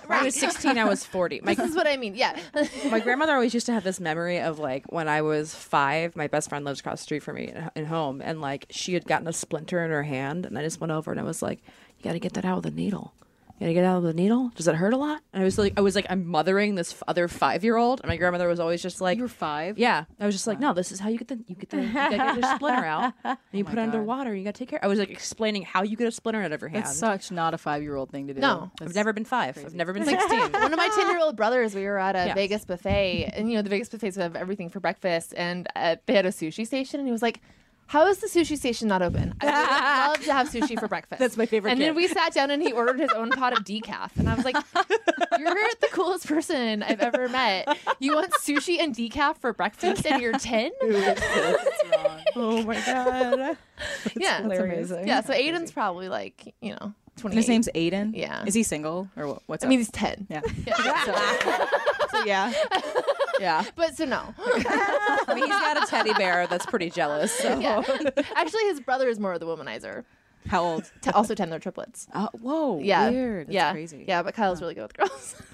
[SPEAKER 7] When I was 16, I was 40. My,
[SPEAKER 4] This is what I mean. Yeah.
[SPEAKER 7] my grandmother always used to have this memory of like when I was five, my best friend lives across the street from me in, in home, and like she had gotten a splinter in her hand, and I just went over and I was like, "You got to get that out with a needle. You got to get it out with a needle. Does it hurt a lot?" And I was like, I was like, I'm mothering this f- other five year old, and my grandmother was always just like,
[SPEAKER 8] You were five?
[SPEAKER 7] Yeah, I was just like, "No, this is how you get the you get the you gotta get your splinter out,
[SPEAKER 8] Oh
[SPEAKER 7] and you put it underwater, and you got to take care." I was like explaining how you get a splinter out of your hand.
[SPEAKER 8] That's such not a five year old thing to do.
[SPEAKER 4] No.
[SPEAKER 8] That's-
[SPEAKER 7] I've never been five. I've never been 16.
[SPEAKER 4] One of my 10 year old brothers, we were at a
[SPEAKER 7] Yeah.
[SPEAKER 4] Vegas buffet, and you know, the Vegas buffets have everything for breakfast, and uh, they had a sushi station, and he was like, how is the sushi station not open? I would love to have sushi for breakfast.
[SPEAKER 7] That's my favorite
[SPEAKER 4] And then
[SPEAKER 7] kid.
[SPEAKER 4] we sat down and he ordered his own pot of decaf. And I was like, You're the coolest person I've ever met. You want sushi and decaf for breakfast and you're 10?
[SPEAKER 7] oh my god.
[SPEAKER 4] yeah.
[SPEAKER 3] hilarious. amazing.
[SPEAKER 4] Yeah. So Aiden's probably like, you know, 20.
[SPEAKER 8] And his name's Aiden.
[SPEAKER 4] Yeah.
[SPEAKER 8] Is he single or what, what's
[SPEAKER 4] I
[SPEAKER 8] up?
[SPEAKER 4] mean, he's 10.
[SPEAKER 8] yeah.
[SPEAKER 4] So-
[SPEAKER 8] So, yeah.
[SPEAKER 7] Yeah.
[SPEAKER 4] but so no.
[SPEAKER 7] I mean, he's got a teddy bear that's pretty jealous. So.
[SPEAKER 4] Yeah. Actually, his brother is more of the womanizer.
[SPEAKER 8] How old?
[SPEAKER 4] T- also, 10 they're triplets.
[SPEAKER 8] Uh, whoa.
[SPEAKER 4] Yeah.
[SPEAKER 8] Weird. That's
[SPEAKER 4] yeah.
[SPEAKER 8] crazy.
[SPEAKER 4] Yeah, but Kyle's really good with girls.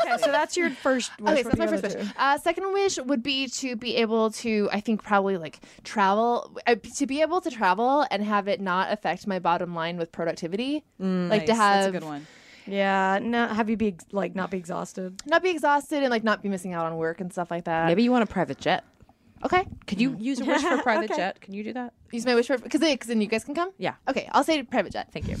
[SPEAKER 3] Okay, so that's your first. Wish.
[SPEAKER 4] okay, so
[SPEAKER 3] What are
[SPEAKER 4] that's my
[SPEAKER 3] the
[SPEAKER 4] first
[SPEAKER 3] other
[SPEAKER 4] wish.
[SPEAKER 3] two?
[SPEAKER 4] Uh, second wish would be to be able to, I think, probably like travel, uh, to be able to travel and have it not affect my bottom line with productivity. like to have
[SPEAKER 8] Nice.
[SPEAKER 7] Um,
[SPEAKER 8] That's a good one.
[SPEAKER 3] Yeah, no, have you be ex- like not be exhausted?
[SPEAKER 4] not be exhausted and like not be missing out on work and stuff like that.
[SPEAKER 7] Maybe you want a private jet.
[SPEAKER 4] Okay,
[SPEAKER 7] Could you use a wish for a private jet? Can you do that?
[SPEAKER 4] use my wish for because then you guys can come.
[SPEAKER 7] Yeah.
[SPEAKER 4] Okay, I'll say private jet. Thank you.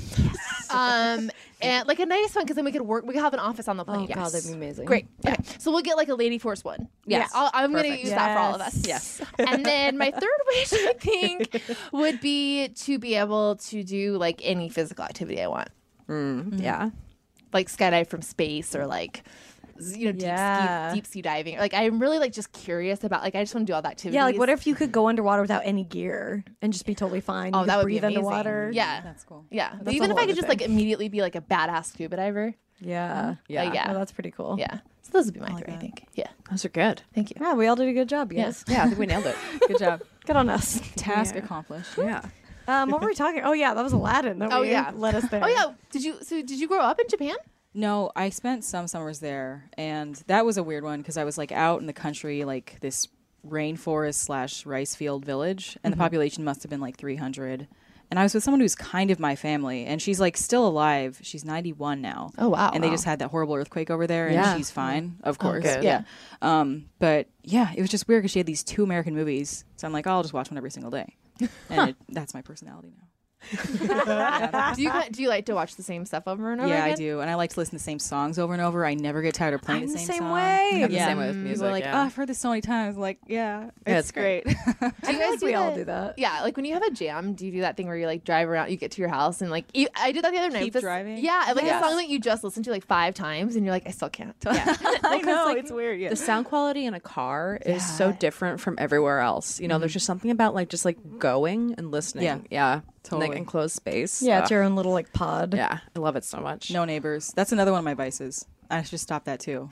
[SPEAKER 4] um, and like a nice one because then we could work. We could have an office on the plane.
[SPEAKER 1] God, that'd be amazing.
[SPEAKER 4] Great. Okay. So we'll get like a Lady Force one.
[SPEAKER 7] Yes.
[SPEAKER 4] Yeah. I'll, I'm going to use that for all of us.
[SPEAKER 7] Yes.
[SPEAKER 4] and then my third wish, I think, would be to be able to do like any physical activity I want,
[SPEAKER 7] Yeah.
[SPEAKER 4] like skydive from space or like. You know, deep,
[SPEAKER 7] Yeah.
[SPEAKER 4] ski, deep sea diving. Like, I'm really like just curious about. Like, I just want to do all that activity.
[SPEAKER 3] Yeah, like what if you could go underwater without any gear and just be totally fine? You
[SPEAKER 4] Oh,
[SPEAKER 3] could
[SPEAKER 4] that would
[SPEAKER 3] breathe
[SPEAKER 4] be amazing.
[SPEAKER 3] underwater.
[SPEAKER 4] Yeah,
[SPEAKER 8] That's cool.
[SPEAKER 4] yeah.
[SPEAKER 3] a
[SPEAKER 4] Even
[SPEAKER 3] whole
[SPEAKER 4] if I could
[SPEAKER 3] other
[SPEAKER 4] just like immediately be like a badass scuba diver.
[SPEAKER 3] yeah,
[SPEAKER 7] Yeah.
[SPEAKER 4] Like, Mm-hmm. yeah.
[SPEAKER 3] Oh, that's pretty cool.
[SPEAKER 4] yeah. So those would be my three. I think. Yeah.
[SPEAKER 7] Those are good.
[SPEAKER 4] Thank you.
[SPEAKER 3] Yeah, we all did a good job. Yes,
[SPEAKER 7] Yeah, I think we nailed it.
[SPEAKER 8] Good job.
[SPEAKER 3] good on us.
[SPEAKER 8] Task accomplished.
[SPEAKER 7] Yeah.
[SPEAKER 3] Um, what were we talking? Oh yeah, that was Aladdin. That
[SPEAKER 4] Oh,
[SPEAKER 3] we
[SPEAKER 4] yeah.
[SPEAKER 3] led us there.
[SPEAKER 4] Oh yeah. Did you? So did you grow up in Japan?
[SPEAKER 8] No, I spent some summers there, and that was a weird one because I was like out in the country, like this rainforest slash rice field village, and the population must have been like 300. And I was with someone who's kind of my family, and she's like still alive. She's 91 now.
[SPEAKER 4] Oh, wow.
[SPEAKER 8] And they just had that horrible earthquake over there, and
[SPEAKER 7] Yeah.
[SPEAKER 8] she's fine, of course.
[SPEAKER 4] good.
[SPEAKER 8] yeah. Um, but yeah, it was just weird because she had these two American movies, so I'm like, I'll just watch one every single day, and it, that's my personality now.
[SPEAKER 4] do you do you like to watch the same stuff over and over?
[SPEAKER 8] Yeah,
[SPEAKER 4] again?
[SPEAKER 8] I do, and I like to listen to the same songs over and over. I never get tired of playing
[SPEAKER 7] I'm
[SPEAKER 8] the
[SPEAKER 7] the
[SPEAKER 8] same,
[SPEAKER 7] same
[SPEAKER 8] song.
[SPEAKER 7] way. I'm the
[SPEAKER 8] yeah.
[SPEAKER 7] same way with
[SPEAKER 8] People are
[SPEAKER 7] music,
[SPEAKER 8] like,
[SPEAKER 7] yeah.
[SPEAKER 8] oh, I've heard this so many times. Like, yeah,
[SPEAKER 7] Yeah,
[SPEAKER 8] it's
[SPEAKER 7] it's
[SPEAKER 8] great.
[SPEAKER 4] Do you
[SPEAKER 3] I feel
[SPEAKER 4] guys
[SPEAKER 3] like we all do that.
[SPEAKER 4] Yeah, like when you have a jam, do you do that thing where you like drive around, you get to your house, and like you, I did that the other night.
[SPEAKER 8] Keep
[SPEAKER 4] with this-
[SPEAKER 8] driving?
[SPEAKER 4] Yeah, and, like
[SPEAKER 8] Yes.
[SPEAKER 4] a song that you just listened to like five times, and you're like, I still can't.
[SPEAKER 8] I know it's weird. Yeah.
[SPEAKER 7] The sound quality in a car is so different from everywhere else. You know, there's just something about like just like going and listening.
[SPEAKER 8] Yeah.
[SPEAKER 7] Mm-hmm. Yeah. In
[SPEAKER 8] Totally.
[SPEAKER 7] like enclosed space.
[SPEAKER 3] Yeah, it's
[SPEAKER 7] Ugh.
[SPEAKER 3] your own little like pod.
[SPEAKER 7] Yeah. I love it so much.
[SPEAKER 8] no neighbors. That's another one of my vices. I should stop that too.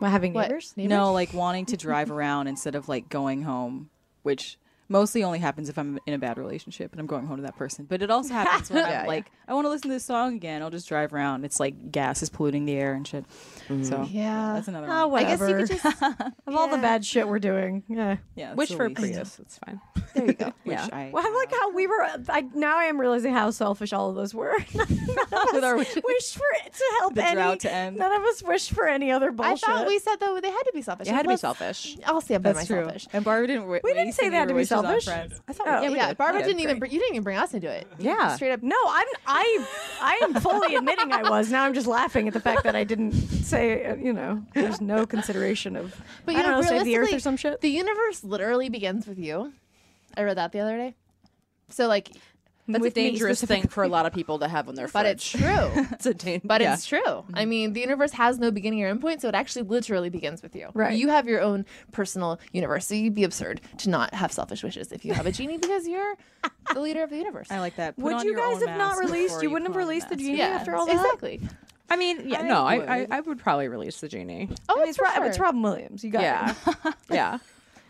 [SPEAKER 3] Well, having
[SPEAKER 4] What?
[SPEAKER 3] neighbors.
[SPEAKER 8] no, like wanting to drive around instead of like going home, which mostly only happens if I'm in a bad relationship and I'm going home to that person. But it also happens when I'm like, I want to listen to this song again. I'll just drive around. It's like gas is polluting the air and shit.
[SPEAKER 7] Mm-hmm.
[SPEAKER 8] So
[SPEAKER 4] Yeah.
[SPEAKER 8] that's another
[SPEAKER 3] Oh,
[SPEAKER 8] one.
[SPEAKER 4] I
[SPEAKER 3] whatever.
[SPEAKER 4] guess you could just.
[SPEAKER 3] of all the bad shit we're doing. Yeah.
[SPEAKER 8] Yeah, that's
[SPEAKER 7] Which
[SPEAKER 8] the
[SPEAKER 7] for
[SPEAKER 8] least.
[SPEAKER 7] Prius, it's fine.
[SPEAKER 4] There you go.
[SPEAKER 8] Which
[SPEAKER 7] Yeah.
[SPEAKER 8] I,
[SPEAKER 3] Well, I like how we were. I now I am realizing how selfish all of those were. With
[SPEAKER 8] our
[SPEAKER 3] wish for to help
[SPEAKER 8] The
[SPEAKER 3] any,
[SPEAKER 8] drought to end.
[SPEAKER 3] None of us wish for any other
[SPEAKER 4] I
[SPEAKER 3] bullshit.
[SPEAKER 4] thought we said though they had to be selfish.
[SPEAKER 7] It had to be
[SPEAKER 4] Let's-
[SPEAKER 7] selfish.
[SPEAKER 4] I'll stand by
[SPEAKER 8] that's
[SPEAKER 4] my
[SPEAKER 8] true.
[SPEAKER 4] selfish.
[SPEAKER 8] And Barbara didn't. Wa-
[SPEAKER 3] We didn't
[SPEAKER 8] waste
[SPEAKER 3] say
[SPEAKER 8] any
[SPEAKER 3] they had to be
[SPEAKER 8] wishes on
[SPEAKER 3] selfish.
[SPEAKER 8] Friends.
[SPEAKER 7] I thought,
[SPEAKER 3] Oh.
[SPEAKER 7] yeah, we
[SPEAKER 4] Yeah,
[SPEAKER 7] did.
[SPEAKER 4] Barbara
[SPEAKER 7] Yeah,
[SPEAKER 4] didn't even.
[SPEAKER 7] great.
[SPEAKER 4] br- You didn't even bring us into it.
[SPEAKER 7] Yeah.
[SPEAKER 4] Straight up.
[SPEAKER 3] No, I'm I I am fully admitting I was. Now I'm just laughing at the fact that I didn't say uh, you know there's no consideration of
[SPEAKER 4] But
[SPEAKER 3] I
[SPEAKER 4] you
[SPEAKER 3] don't
[SPEAKER 4] know,
[SPEAKER 3] know save the earth
[SPEAKER 4] realistically,
[SPEAKER 3] or some shit.
[SPEAKER 4] The universe literally begins with you. I read that the other day. So like,
[SPEAKER 7] That's
[SPEAKER 3] With
[SPEAKER 7] a
[SPEAKER 3] me
[SPEAKER 7] dangerous thing for a lot of people to have on their
[SPEAKER 4] but it's
[SPEAKER 7] fridge.
[SPEAKER 4] true.
[SPEAKER 8] uh,
[SPEAKER 7] it's a dan-
[SPEAKER 4] But
[SPEAKER 7] yeah.
[SPEAKER 4] it's true.
[SPEAKER 3] Mm-hmm.
[SPEAKER 4] I mean, the universe has no beginning or end point, so it actually literally begins with you.
[SPEAKER 3] Right.
[SPEAKER 4] You have your own personal universe, so you'd be absurd to not have selfish wishes if you have a genie because you're the leader of the universe.
[SPEAKER 8] I like that. Put
[SPEAKER 3] Would
[SPEAKER 8] on
[SPEAKER 3] you
[SPEAKER 8] your
[SPEAKER 3] guys
[SPEAKER 8] own
[SPEAKER 3] have not
[SPEAKER 8] mask
[SPEAKER 3] released?
[SPEAKER 8] before
[SPEAKER 3] You wouldn't have
[SPEAKER 8] put on
[SPEAKER 3] released the
[SPEAKER 8] mask.
[SPEAKER 3] genie after all that.
[SPEAKER 4] exactly.
[SPEAKER 7] I mean, yeah, no, I, I, I would probably release the genie.
[SPEAKER 4] Oh,
[SPEAKER 3] I mean,
[SPEAKER 4] it's
[SPEAKER 3] it's,
[SPEAKER 4] for
[SPEAKER 3] Rob,
[SPEAKER 4] sure.
[SPEAKER 3] it's Robin Williams. You got it.
[SPEAKER 7] Yeah, yeah.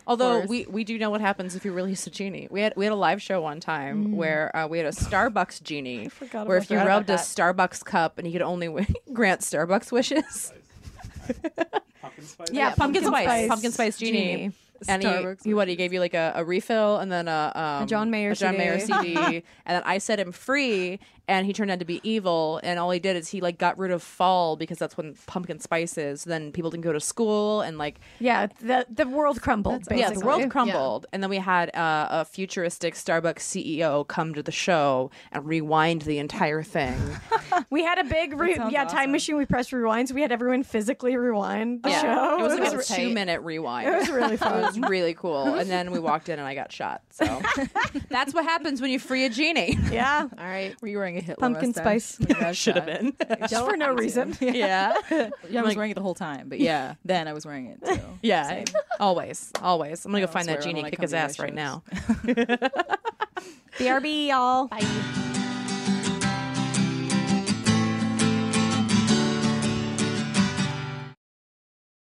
[SPEAKER 7] Although
[SPEAKER 4] course.
[SPEAKER 7] we, we do know what happens if you release a genie. We had we had a live show one time where uh, we had a Starbucks genie,
[SPEAKER 3] Mm. forgot
[SPEAKER 7] where
[SPEAKER 3] about
[SPEAKER 7] if you
[SPEAKER 3] that.
[SPEAKER 7] rubbed a Starbucks cup and you could only wi- grant Starbucks wishes.
[SPEAKER 6] Pumpkin spice?
[SPEAKER 3] Yeah, pumpkin, spice.
[SPEAKER 7] pumpkin spice genie.
[SPEAKER 3] genie.
[SPEAKER 7] And he,
[SPEAKER 8] Starbucks
[SPEAKER 7] he what he gave you like a, a refill and then a, um,
[SPEAKER 3] John Mayer
[SPEAKER 7] a John Mayer
[SPEAKER 3] CD.
[SPEAKER 7] CD and then I set him free and he turned out to be evil and all he did is he like got rid of fall because that's when pumpkin spice is then people didn't go to school and like
[SPEAKER 3] Yeah, the the world crumbled.
[SPEAKER 7] yeah,
[SPEAKER 3] basically.
[SPEAKER 7] the world crumbled, and then we had uh, a futuristic Starbucks CEO come to the show and rewind the entire thing.
[SPEAKER 3] We had a big re- yeah time machine. We pressed rewinds. We had everyone physically rewind the show.
[SPEAKER 7] it was like a
[SPEAKER 3] re-
[SPEAKER 7] two minute rewind.
[SPEAKER 3] it was really
[SPEAKER 7] It
[SPEAKER 3] fun.
[SPEAKER 7] was really cool. And then we walked in and I got shot. So that's what happens when you free a genie.
[SPEAKER 3] yeah,
[SPEAKER 4] All right.
[SPEAKER 8] Were you wearing a Hitler
[SPEAKER 3] Pumpkin
[SPEAKER 8] mustache?
[SPEAKER 3] spice.
[SPEAKER 8] When you got
[SPEAKER 7] Should have
[SPEAKER 8] shot?
[SPEAKER 7] been.
[SPEAKER 3] just for no reason.
[SPEAKER 7] yeah.
[SPEAKER 8] Yeah, I was wearing it the whole time, but yeah, then I was wearing it too.
[SPEAKER 7] Yeah. Always. Always. I'm going to go find that
[SPEAKER 8] swear
[SPEAKER 7] genie,
[SPEAKER 8] when I
[SPEAKER 7] kick
[SPEAKER 8] come
[SPEAKER 7] his
[SPEAKER 8] to your
[SPEAKER 7] ass right
[SPEAKER 8] shows.
[SPEAKER 7] now.
[SPEAKER 3] BRB, y'all.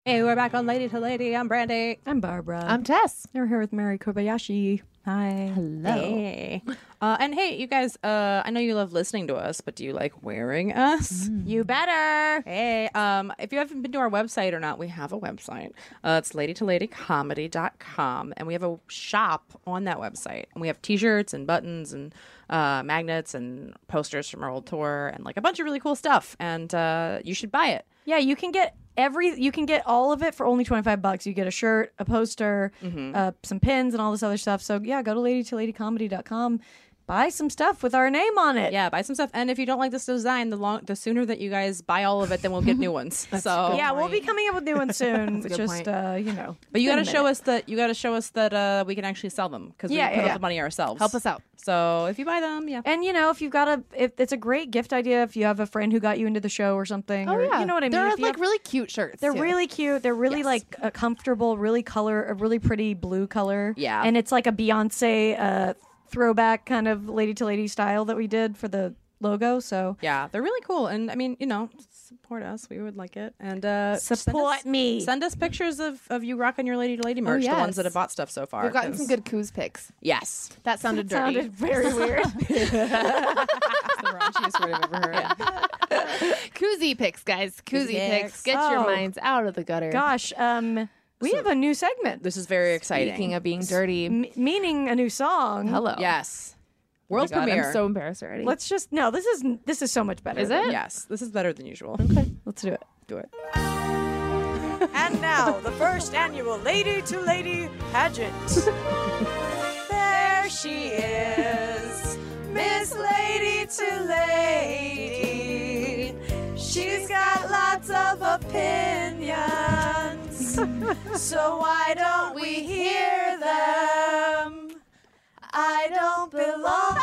[SPEAKER 7] Hey, we're back on Lady to Lady. I'm Brandy.
[SPEAKER 3] I'm Barbara.
[SPEAKER 4] I'm Tess.
[SPEAKER 3] You're here with Mary Kobayashi. Hi.
[SPEAKER 7] Hey. Uh, and hey, you guys, uh, I know you love listening to us, but do you like wearing us?
[SPEAKER 3] You better.
[SPEAKER 7] Hey, um, if you haven't been to our website or not, we have a website. Uh, it's ladytoladycomedy.com, and we have a shop on that website. And we have t shirts and buttons and uh, magnets and posters from our old tour and like a bunch of really cool stuff. And uh, you should buy it.
[SPEAKER 3] Yeah, you can get every. You can get all of it for only twenty five bucks. You get a shirt, a poster,
[SPEAKER 7] Mm-hmm.
[SPEAKER 3] uh, some pins, and all this other stuff. So yeah, go to ladytoladycomedy.com. Buy some stuff with our name on it.
[SPEAKER 7] Yeah, buy some stuff. And if you don't like this design, the long, the sooner that you guys buy all of it, then we'll get new ones. so
[SPEAKER 3] yeah, we'll be coming up with new ones soon.
[SPEAKER 7] Oh, a good
[SPEAKER 3] just
[SPEAKER 7] point.
[SPEAKER 3] uh, you know,
[SPEAKER 7] But you
[SPEAKER 3] been
[SPEAKER 7] got
[SPEAKER 3] a
[SPEAKER 7] to show
[SPEAKER 3] minute.
[SPEAKER 7] us that you got to show us that uh, we can actually sell them because
[SPEAKER 3] Yeah,
[SPEAKER 7] we put
[SPEAKER 3] yeah,
[SPEAKER 7] up the money ourselves.
[SPEAKER 4] Help us out.
[SPEAKER 7] So if you buy them, yeah,
[SPEAKER 3] And you know, if you've got a, if it's a great gift idea, if you have a friend who got you into the show or something,
[SPEAKER 4] Oh
[SPEAKER 3] or,
[SPEAKER 4] yeah.
[SPEAKER 3] you know what I mean.
[SPEAKER 4] They're
[SPEAKER 3] If you
[SPEAKER 4] like
[SPEAKER 3] have-
[SPEAKER 4] really cute shirts.
[SPEAKER 3] They're
[SPEAKER 4] too.
[SPEAKER 3] really cute. They're really like a comfortable, really color, a really pretty blue color.
[SPEAKER 7] Yeah.
[SPEAKER 3] and it's like a Beyonce uh, throwback kind of lady to lady style that we did for the logo. So
[SPEAKER 7] yeah, they're really cool. And I mean, you know, support us. We would like it. And uh, send
[SPEAKER 3] Support
[SPEAKER 7] us-
[SPEAKER 3] me.
[SPEAKER 7] Send us pictures of of you rocking your lady to lady merch. The ones
[SPEAKER 4] yes.
[SPEAKER 7] that have bought stuff so far.
[SPEAKER 4] We've gotten
[SPEAKER 7] 'cause-
[SPEAKER 4] some good coos pics.
[SPEAKER 7] Yes.
[SPEAKER 4] That sounded dirty.
[SPEAKER 3] sounded very weird.
[SPEAKER 8] That's the raunchiest word I've ever heard.
[SPEAKER 4] Koozie pics, guys. Koozie pics. Get your
[SPEAKER 3] Oh.
[SPEAKER 4] minds out of the gutter.
[SPEAKER 3] Gosh, um, we have a new segment,
[SPEAKER 7] This is very exciting.
[SPEAKER 4] Speaking of being dirty.
[SPEAKER 3] m- meaning a new song.
[SPEAKER 4] Hello.
[SPEAKER 7] yes, world
[SPEAKER 4] God,
[SPEAKER 7] premiere.
[SPEAKER 4] I'm so embarrassed already.
[SPEAKER 3] Let's just no. This is this is so much better.
[SPEAKER 4] Is it?
[SPEAKER 7] yes, this is better than usual.
[SPEAKER 3] Let's do it.
[SPEAKER 7] Do it.
[SPEAKER 9] And now, the first annual Lady to Lady pageant. there she is, Miss Lady to Lady. She's got lots of opinions, so why don't we hear them? I don't belong.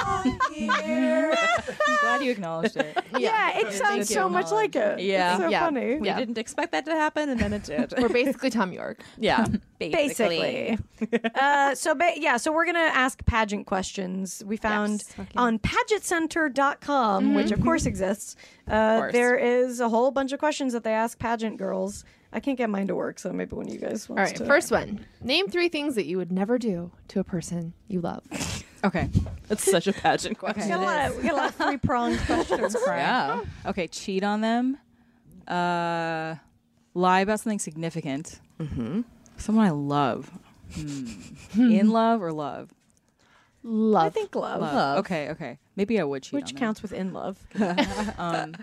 [SPEAKER 8] I'm glad you acknowledged it.
[SPEAKER 3] Yeah, it sounds so much like it.
[SPEAKER 7] Yeah.
[SPEAKER 3] It's so
[SPEAKER 4] Yeah.
[SPEAKER 3] funny.
[SPEAKER 4] Yeah.
[SPEAKER 7] didn't expect that to happen, and then it did.
[SPEAKER 4] We're basically Tom York.
[SPEAKER 7] yeah,
[SPEAKER 3] Basically. uh, so, ba- yeah, so we're going to ask pageant questions. We found on pageantcenter.com, which Mm-hmm. of course exists, uh,
[SPEAKER 7] course.
[SPEAKER 3] there is a whole bunch of questions that they ask pageant girls. I can't get mine to work, so maybe one of you guys wants
[SPEAKER 4] All right,
[SPEAKER 3] to.
[SPEAKER 4] first one. Name three things that you would never do to a person you love.
[SPEAKER 8] Okay.
[SPEAKER 7] That's such a pageant
[SPEAKER 3] we
[SPEAKER 7] question.
[SPEAKER 3] got, a lot of, we got a lot of three pronged questions.
[SPEAKER 7] Yeah.
[SPEAKER 8] Okay. Cheat on them. Uh, lie about something significant. Mm-hmm. Someone I love. Hmm. In love or love?
[SPEAKER 4] Love.
[SPEAKER 3] I think love,
[SPEAKER 8] Love. Okay. Okay. Maybe I would cheat.
[SPEAKER 3] which
[SPEAKER 8] on them.
[SPEAKER 3] counts with in love.
[SPEAKER 8] um,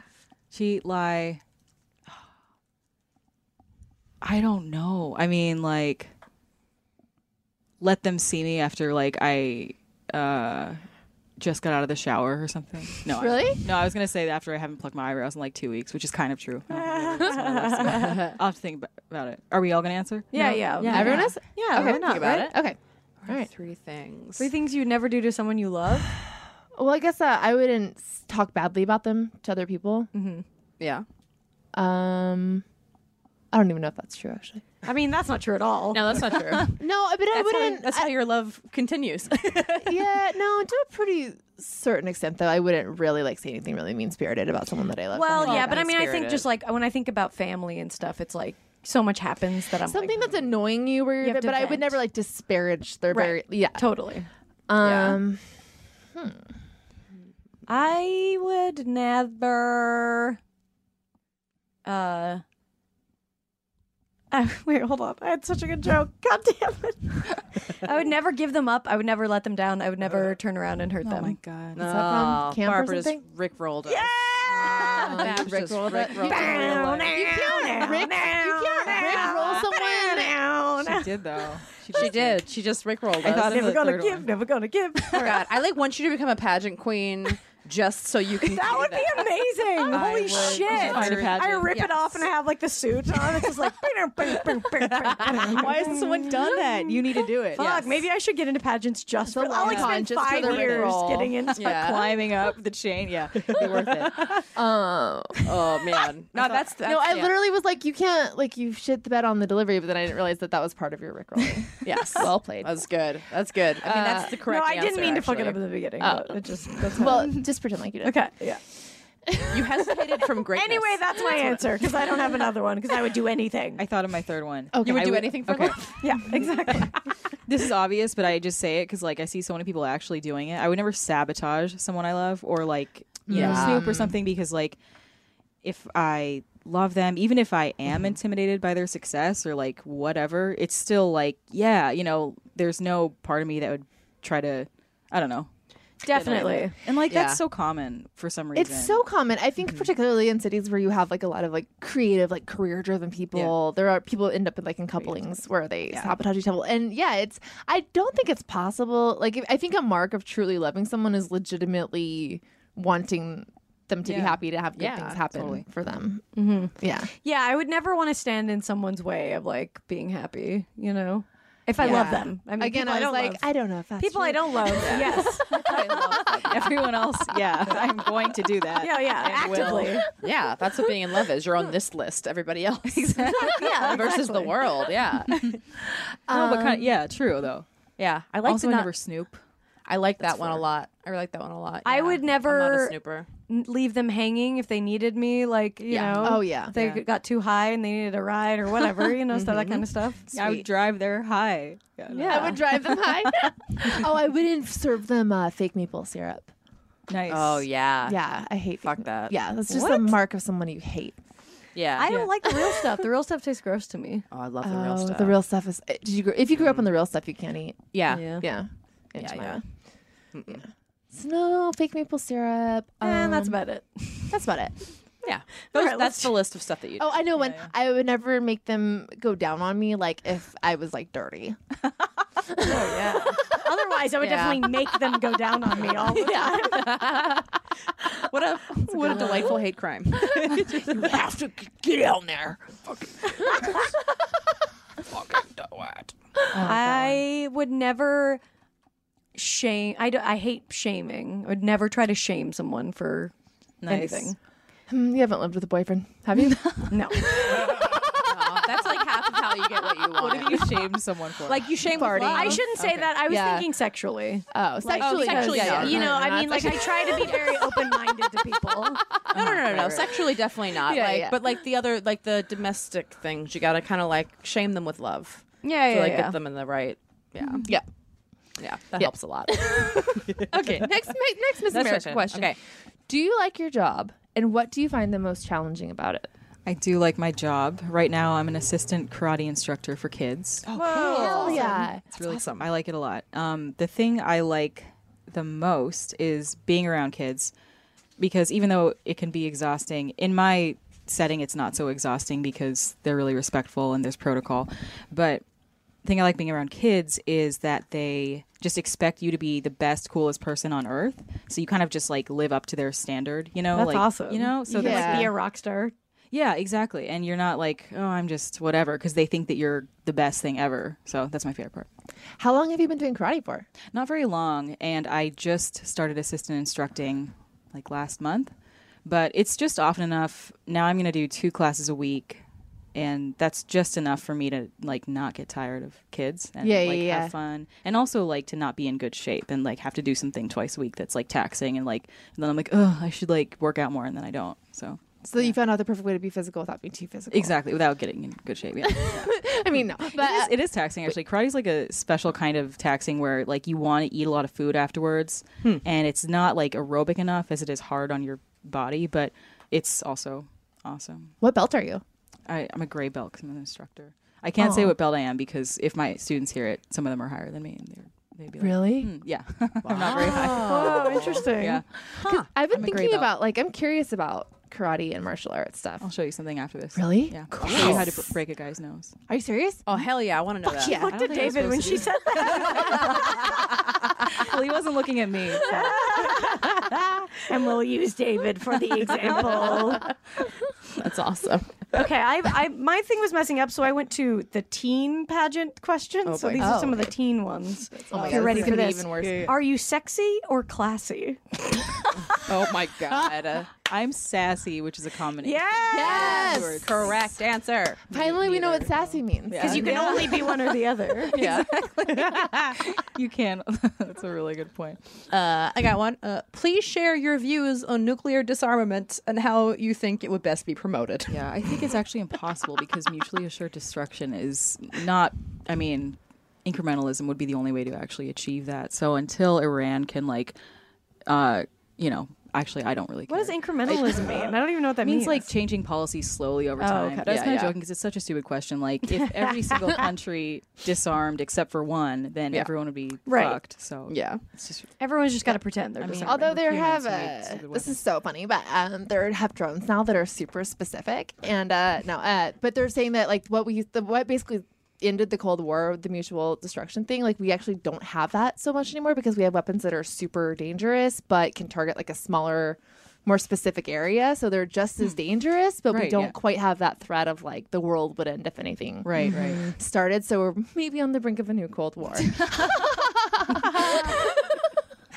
[SPEAKER 8] cheat, lie. I don't know. I mean, like, let them see me after like I uh, just got out of the shower or something. No, I-
[SPEAKER 4] Really?
[SPEAKER 8] no, I was gonna say that after I haven't plucked my eyebrows in like two weeks, which is kind of true. I don't think I really like someone else. I'll have to think ab- about it. Are we all gonna answer?
[SPEAKER 3] Yeah, yeah, yeah.
[SPEAKER 4] Everyone else?
[SPEAKER 3] Yeah,
[SPEAKER 4] okay,
[SPEAKER 3] why not?
[SPEAKER 4] think about it. Okay.
[SPEAKER 7] All
[SPEAKER 4] All
[SPEAKER 7] right.
[SPEAKER 4] right.
[SPEAKER 7] Three things.
[SPEAKER 3] Three things you'd never do to someone you love.
[SPEAKER 4] Well, I guess uh, I wouldn't s- talk badly about them to other people.
[SPEAKER 3] Mm-hmm.
[SPEAKER 7] Yeah.
[SPEAKER 4] Um, I don't even know if that's true, actually.
[SPEAKER 3] I mean, that's not true at all.
[SPEAKER 7] No, that's not true.
[SPEAKER 4] No, but I
[SPEAKER 7] that's how,
[SPEAKER 4] wouldn't.
[SPEAKER 7] that's how your love continues.
[SPEAKER 4] yeah, no, to a pretty certain extent, though, I wouldn't really like say anything really mean spirited about someone that I love.
[SPEAKER 3] Well,
[SPEAKER 4] Something
[SPEAKER 3] yeah,
[SPEAKER 4] like
[SPEAKER 3] but I
[SPEAKER 4] that.
[SPEAKER 3] mean, I think just like when I think about family and stuff, it's like so much happens that I'm
[SPEAKER 4] something
[SPEAKER 3] like,
[SPEAKER 4] that's annoying you, where
[SPEAKER 3] You
[SPEAKER 4] you're,
[SPEAKER 3] have to
[SPEAKER 4] but I would
[SPEAKER 3] vent.
[SPEAKER 4] never like disparage their
[SPEAKER 3] Right.
[SPEAKER 4] very. Yeah.
[SPEAKER 3] totally.
[SPEAKER 4] Um,
[SPEAKER 3] I would never. Uh. I, wait, hold on. I had such a good joke. God damn it! I would never give them up. I would never let them down. I would never turn around and hurt
[SPEAKER 8] Oh
[SPEAKER 3] them.
[SPEAKER 8] my god.
[SPEAKER 7] no,
[SPEAKER 4] from camp or
[SPEAKER 7] Barbara just
[SPEAKER 4] something?
[SPEAKER 7] Rick rolled us.
[SPEAKER 3] Yeah!
[SPEAKER 7] Oh, you
[SPEAKER 4] Bad
[SPEAKER 7] just
[SPEAKER 4] Rickrolled it.
[SPEAKER 7] Rickrolled
[SPEAKER 4] You
[SPEAKER 7] it in real life.
[SPEAKER 4] you can't Rick. You can't Rick roll someone.
[SPEAKER 8] She did though. She,
[SPEAKER 7] She
[SPEAKER 8] just
[SPEAKER 7] did. She just Rick rolled us.
[SPEAKER 8] I thought it
[SPEAKER 3] Never
[SPEAKER 8] was-
[SPEAKER 3] gonna
[SPEAKER 8] third
[SPEAKER 3] give.
[SPEAKER 8] one.
[SPEAKER 3] Never gonna give.
[SPEAKER 7] Oh my God, I like want you to become a pageant queen just so you can.
[SPEAKER 3] That
[SPEAKER 7] do
[SPEAKER 3] would be amazing. Holy shit.
[SPEAKER 8] Find a
[SPEAKER 3] I
[SPEAKER 8] pageant.
[SPEAKER 3] rip it off and I have like the suit on. It's just like, bing, bing, bing, bing, bing, bing.
[SPEAKER 8] Why hasn't someone done that? You need to do it.
[SPEAKER 3] fuck, maybe I should get into pageants just for I'll like
[SPEAKER 4] long
[SPEAKER 3] spend
[SPEAKER 4] con, just for
[SPEAKER 3] five
[SPEAKER 4] the
[SPEAKER 3] years
[SPEAKER 4] role.
[SPEAKER 3] getting into
[SPEAKER 7] Yeah.
[SPEAKER 8] climbing up the chain. Yeah, it'd be worth it.
[SPEAKER 4] Oh.
[SPEAKER 7] Oh man, no, that's, that's
[SPEAKER 4] no, I
[SPEAKER 7] yeah.
[SPEAKER 4] literally was like, you can't, like, you shit the bed on the delivery, but then I didn't realize that that was part of your Rickroll.
[SPEAKER 7] Yes,
[SPEAKER 4] well played.
[SPEAKER 7] That's good. That's good. Uh, I mean, that's the correct.
[SPEAKER 3] No, I didn't
[SPEAKER 7] answer,
[SPEAKER 3] mean to fuck it up at
[SPEAKER 7] actually.
[SPEAKER 3] the beginning.
[SPEAKER 4] Oh.
[SPEAKER 3] But it just that's how-
[SPEAKER 4] well, just pretend like you did.
[SPEAKER 3] Okay. Yeah.
[SPEAKER 7] You hesitated from greatness.
[SPEAKER 3] Anyway, that's my answer because I don't have another one because I would do anything.
[SPEAKER 8] I thought of my third one.
[SPEAKER 4] Okay.
[SPEAKER 7] you would
[SPEAKER 8] I
[SPEAKER 7] do
[SPEAKER 8] would-
[SPEAKER 7] anything for
[SPEAKER 8] okay.
[SPEAKER 7] love.
[SPEAKER 3] Yeah, exactly.
[SPEAKER 8] This is obvious, but I just say it because like I see so many people actually doing it. I would never sabotage someone I love or like you know
[SPEAKER 7] Yeah.
[SPEAKER 8] snoop or something because like if I love them, even if I am intimidated by their success or like whatever, it's still like yeah, you know, there's no part of me that would try to. I don't know.
[SPEAKER 3] Definitely.
[SPEAKER 8] And like
[SPEAKER 7] Yeah.
[SPEAKER 8] that's so common for some reason.
[SPEAKER 4] It's so common. I think particularly in cities where you have like a lot of like creative, like career driven people, there are people end up in like in couplings where they sabotage each other. And yeah, it's I don't think it's possible. Like if, I think a mark of truly loving someone is legitimately wanting them to be happy to have good
[SPEAKER 7] Yeah,
[SPEAKER 4] things happen
[SPEAKER 7] totally.
[SPEAKER 4] for them. Mm-hmm. Yeah.
[SPEAKER 3] Yeah, I would never want to stand in someone's way of like being happy, you know? If I love them. I mean,
[SPEAKER 4] Again,
[SPEAKER 3] people
[SPEAKER 4] I was
[SPEAKER 3] don't
[SPEAKER 4] like,
[SPEAKER 3] love.
[SPEAKER 4] I don't know if that's
[SPEAKER 3] people
[SPEAKER 4] true.
[SPEAKER 3] I don't love. yes.
[SPEAKER 8] Everyone else, yeah, I'm going to do that.
[SPEAKER 3] Yeah, yeah,
[SPEAKER 8] and will.
[SPEAKER 3] actively.
[SPEAKER 7] yeah, that's what being in love is. You're on this list. Everybody else, yeah, versus the world. Yeah,
[SPEAKER 8] No, Oh, but kind of, yeah, true though.
[SPEAKER 7] yeah. I like
[SPEAKER 8] also,
[SPEAKER 7] to not-
[SPEAKER 8] never snoop.
[SPEAKER 7] I like that one a lot. I like that one a lot.
[SPEAKER 3] I
[SPEAKER 7] yeah.
[SPEAKER 3] would
[SPEAKER 7] I'm not
[SPEAKER 3] never-
[SPEAKER 7] a snooper.
[SPEAKER 3] N- Leave them hanging if they needed me, like, you know.
[SPEAKER 4] Oh yeah.
[SPEAKER 3] if They got too high and they needed a ride or whatever, you know, so
[SPEAKER 7] Mm-hmm.
[SPEAKER 3] that kind of stuff.
[SPEAKER 8] I would drive there high.
[SPEAKER 4] I would drive them high. oh, I wouldn't serve them uh, fake maple syrup.
[SPEAKER 8] Nice.
[SPEAKER 7] Oh yeah,
[SPEAKER 4] Yeah, I hate fake
[SPEAKER 7] Fuck
[SPEAKER 4] ma-
[SPEAKER 7] that.
[SPEAKER 4] Yeah, that's just a mark of someone you hate.
[SPEAKER 7] yeah.
[SPEAKER 3] I don't like the real stuff. The real stuff tastes gross to me.
[SPEAKER 7] Oh, I love the real stuff.
[SPEAKER 4] The real stuff is. uh, Did you grow, if you grew up on the real stuff, you can't eat.
[SPEAKER 7] yeah.
[SPEAKER 4] Yeah.
[SPEAKER 7] Yeah,
[SPEAKER 4] Yeah.
[SPEAKER 7] yeah.
[SPEAKER 4] yeah. So no fake maple syrup.
[SPEAKER 3] and that's
[SPEAKER 4] um,
[SPEAKER 3] about it.
[SPEAKER 4] that's about it.
[SPEAKER 7] Yeah. Those,
[SPEAKER 3] right,
[SPEAKER 7] that's the list of stuff that you.
[SPEAKER 4] Oh, I know one. I would never make them go down on me like if I was like dirty.
[SPEAKER 3] Otherwise, I would definitely make them go down on me all the time.
[SPEAKER 7] what a what a delightful hate crime.
[SPEAKER 6] You have to g- get down there. Fucking, fucking do it.
[SPEAKER 3] I would never shame. I, do, I hate shaming. I would never try to shame someone for
[SPEAKER 8] Nice.
[SPEAKER 3] anything.
[SPEAKER 4] Hmm, you haven't lived with a boyfriend, have you?
[SPEAKER 3] No.
[SPEAKER 7] That's like half of how you get what you want.
[SPEAKER 8] What have you shamed someone for?
[SPEAKER 7] like you shame
[SPEAKER 4] Farting.
[SPEAKER 7] Farty.
[SPEAKER 3] I shouldn't say that. I was
[SPEAKER 4] Yeah.
[SPEAKER 3] thinking sexually.
[SPEAKER 4] oh, sexually,
[SPEAKER 7] oh, sexually,
[SPEAKER 4] yeah, yeah,
[SPEAKER 7] no,
[SPEAKER 3] you
[SPEAKER 4] no,
[SPEAKER 3] know,
[SPEAKER 4] no,
[SPEAKER 3] I
[SPEAKER 4] not
[SPEAKER 3] mean, like I
[SPEAKER 4] sexually.
[SPEAKER 3] try to be very open-minded to people.
[SPEAKER 7] No, no, no, no, no. Sexually, definitely not.
[SPEAKER 4] Yeah,
[SPEAKER 7] like,
[SPEAKER 4] yeah.
[SPEAKER 7] but like the other, like the domestic things, you gotta kind of like shame them with love.
[SPEAKER 4] Yeah,
[SPEAKER 7] to
[SPEAKER 4] yeah,
[SPEAKER 7] like
[SPEAKER 4] yeah.
[SPEAKER 7] get them in the right. Yeah,
[SPEAKER 4] yeah.
[SPEAKER 7] yeah, that
[SPEAKER 4] Yeah.
[SPEAKER 7] helps a lot.
[SPEAKER 4] Okay, next, ma- next
[SPEAKER 7] Next
[SPEAKER 4] Miss
[SPEAKER 7] question.
[SPEAKER 4] America question.
[SPEAKER 7] Okay.
[SPEAKER 4] do you like your job, and what do you find the most challenging about it?
[SPEAKER 8] I do like my job. Right now, I'm an assistant karate instructor for kids.
[SPEAKER 4] Hell yeah,
[SPEAKER 8] It's really awesome. I like it a lot. Um, the thing I like the most is being around kids because even though it can be exhausting, in my setting, it's not so exhausting because they're really respectful and there's protocol. But the thing I like being around kids is that they just expect you to be the best, coolest person on earth. So you kind of just like live up to their standard, you know?
[SPEAKER 3] That's
[SPEAKER 8] like,
[SPEAKER 3] awesome.
[SPEAKER 8] You know? So
[SPEAKER 3] you
[SPEAKER 8] they're
[SPEAKER 3] can,
[SPEAKER 8] like,
[SPEAKER 4] Yeah.
[SPEAKER 3] like be a rock star.
[SPEAKER 8] yeah, exactly. And you're not like, oh, I'm just whatever, because they think that you're the best thing ever. So that's my favorite part.
[SPEAKER 4] how long have you been doing karate for?
[SPEAKER 8] Not very long, and I just started assistant instructing like last month, but it's just often enough. Now I'm going to do two classes a week, and that's just enough for me to like not get tired of kids and
[SPEAKER 4] Yeah, yeah,
[SPEAKER 8] like
[SPEAKER 4] yeah.
[SPEAKER 8] have fun, and also like to not be in good shape and like have to do something twice a week that's like taxing, and like and then I'm like, oh, I should like work out more, and then I don't. So
[SPEAKER 4] So you found out the perfect way to be physical without being too physical.
[SPEAKER 8] exactly without getting in good shape, yeah.
[SPEAKER 4] I mean, no, but
[SPEAKER 8] it is, it is taxing actually. Karate's like a special kind of taxing where like you want to eat a lot of food afterwards, and it's not like aerobic enough as it is hard on your body, but it's also awesome.
[SPEAKER 4] what belt are you?
[SPEAKER 8] I, I'm a gray belt because I'm an instructor. I can't say what belt I am because if my students hear it, some of them are higher than me, and they're they'd be like,
[SPEAKER 4] Really?
[SPEAKER 8] "Hmm, yeah, I'm not very high.
[SPEAKER 3] Oh, interesting.
[SPEAKER 8] Yeah,
[SPEAKER 4] I've been
[SPEAKER 8] I'm a gray
[SPEAKER 4] thinking
[SPEAKER 8] belt.
[SPEAKER 4] about like I'm curious about karate and martial arts stuff.
[SPEAKER 8] I'll show you something after this.
[SPEAKER 4] Really?
[SPEAKER 8] Yeah, I'll show you how to br- break a guy's nose.
[SPEAKER 4] Are you serious?
[SPEAKER 7] oh hell yeah, I want to know that.
[SPEAKER 4] yeah.
[SPEAKER 3] Looked at David when she said that.
[SPEAKER 8] well, he wasn't looking at me. so-
[SPEAKER 3] and we'll use David for the example.
[SPEAKER 7] That's awesome.
[SPEAKER 3] okay, I, I my thing was messing up, so I went to the teen pageant questions. so these are some of the teen ones.
[SPEAKER 4] Oh my
[SPEAKER 3] If you're
[SPEAKER 4] God,
[SPEAKER 3] ready
[SPEAKER 4] this is
[SPEAKER 3] for
[SPEAKER 4] gonna be
[SPEAKER 3] this.
[SPEAKER 4] even worse.
[SPEAKER 3] Are you sexy or classy?
[SPEAKER 7] Oh my god.
[SPEAKER 8] I'm sassy, which is a combination.
[SPEAKER 4] Yes.
[SPEAKER 7] Correct answer.
[SPEAKER 4] Finally, we know what sassy means.
[SPEAKER 3] Because you can only be one or the other.
[SPEAKER 7] Yeah.
[SPEAKER 8] you can. that's a really good point.
[SPEAKER 7] Uh, I got one. Uh, please share your views on nuclear disarmament and how you think it would best be promoted.
[SPEAKER 8] Yeah, I think it's actually impossible because mutually assured destruction is not, I mean, incrementalism would be the only way to actually achieve that. So until Iran can, like, uh, you know, actually, I don't really care.
[SPEAKER 3] What does incrementalism mean? I don't even know what that
[SPEAKER 8] It means like changing policy slowly over time.
[SPEAKER 3] okay.
[SPEAKER 8] But I was
[SPEAKER 7] Yeah,
[SPEAKER 8] kind of
[SPEAKER 7] yeah.
[SPEAKER 8] joking because it's such a stupid question. Like, if every single country disarmed except for one, then everyone would be
[SPEAKER 3] Right.
[SPEAKER 8] fucked. So
[SPEAKER 7] Yeah.
[SPEAKER 8] it's just
[SPEAKER 3] everyone's just got to pretend they're.
[SPEAKER 8] I mean,
[SPEAKER 3] disarmed.
[SPEAKER 4] Although there have
[SPEAKER 8] Humans made
[SPEAKER 4] uh,
[SPEAKER 8] stupid
[SPEAKER 4] this
[SPEAKER 8] weapons.
[SPEAKER 4] is so funny, but um, there have drones now that are super specific, and uh, no, uh, but they're saying that like what we the what basically ended the Cold War, the mutual destruction thing, like we actually don't have that so much anymore because we have weapons that are super dangerous, but can target like a smaller, more specific area, so they're just as dangerous, but we
[SPEAKER 8] Hmm. Right,
[SPEAKER 4] don't
[SPEAKER 8] yeah.
[SPEAKER 4] quite have that threat of like the world would end if anything
[SPEAKER 8] right, right.
[SPEAKER 4] started. So we're maybe on the brink of a new Cold War.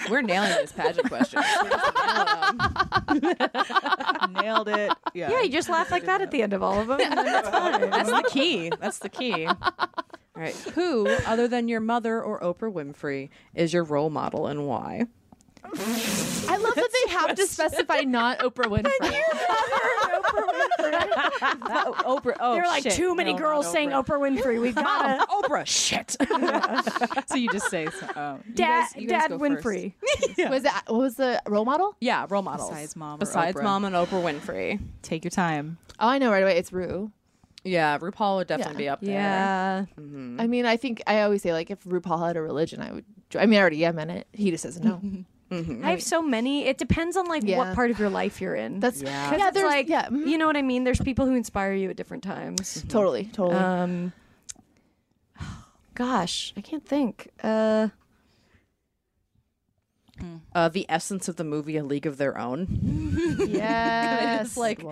[SPEAKER 7] We're nailing this pageant question. We're just nailing them.
[SPEAKER 8] Nailed it. Yeah.
[SPEAKER 3] yeah, you just laugh like that at the end of all of them. and then that's fine.
[SPEAKER 7] That's the key. That's the key. All right. Who, other than your mother or Oprah Winfrey, is your role model and why?
[SPEAKER 4] I love that they have to specify not Oprah Winfrey.
[SPEAKER 8] Oprah. Oh,
[SPEAKER 3] There are like
[SPEAKER 8] shit.
[SPEAKER 3] too many
[SPEAKER 8] No, not
[SPEAKER 3] girls saying Oprah Winfrey. We've got to
[SPEAKER 7] Oprah, shit.
[SPEAKER 8] so you just say, so- um,
[SPEAKER 3] Dad,
[SPEAKER 8] you guys- you guys
[SPEAKER 3] Dad
[SPEAKER 8] go first.
[SPEAKER 3] Winfrey.
[SPEAKER 4] Was it what was the role model?
[SPEAKER 7] yeah, role models.
[SPEAKER 8] Besides mom or
[SPEAKER 7] Besides
[SPEAKER 8] Oprah.
[SPEAKER 7] mom and Oprah Winfrey.
[SPEAKER 8] Take your time.
[SPEAKER 4] Oh, I know right away. It's Rue.
[SPEAKER 7] Yeah, RuPaul would definitely be up there.
[SPEAKER 3] Yeah.
[SPEAKER 4] I mean, I think I always say like if RuPaul had a religion, I would. I mean, I already am in it. He just doesn't know.
[SPEAKER 3] I have so many. It depends on like
[SPEAKER 4] Yeah.
[SPEAKER 3] what part of your life you're in.
[SPEAKER 4] That's yeah.
[SPEAKER 3] 'Cause it's
[SPEAKER 4] there's
[SPEAKER 3] like
[SPEAKER 4] yeah. mhm.
[SPEAKER 3] you know what I mean. There's people who inspire you at different times.
[SPEAKER 4] totally, totally.
[SPEAKER 3] Um, gosh, I can't think. Uh,
[SPEAKER 7] uh, the essence of the movie A League of Their Own.
[SPEAKER 4] Yes. like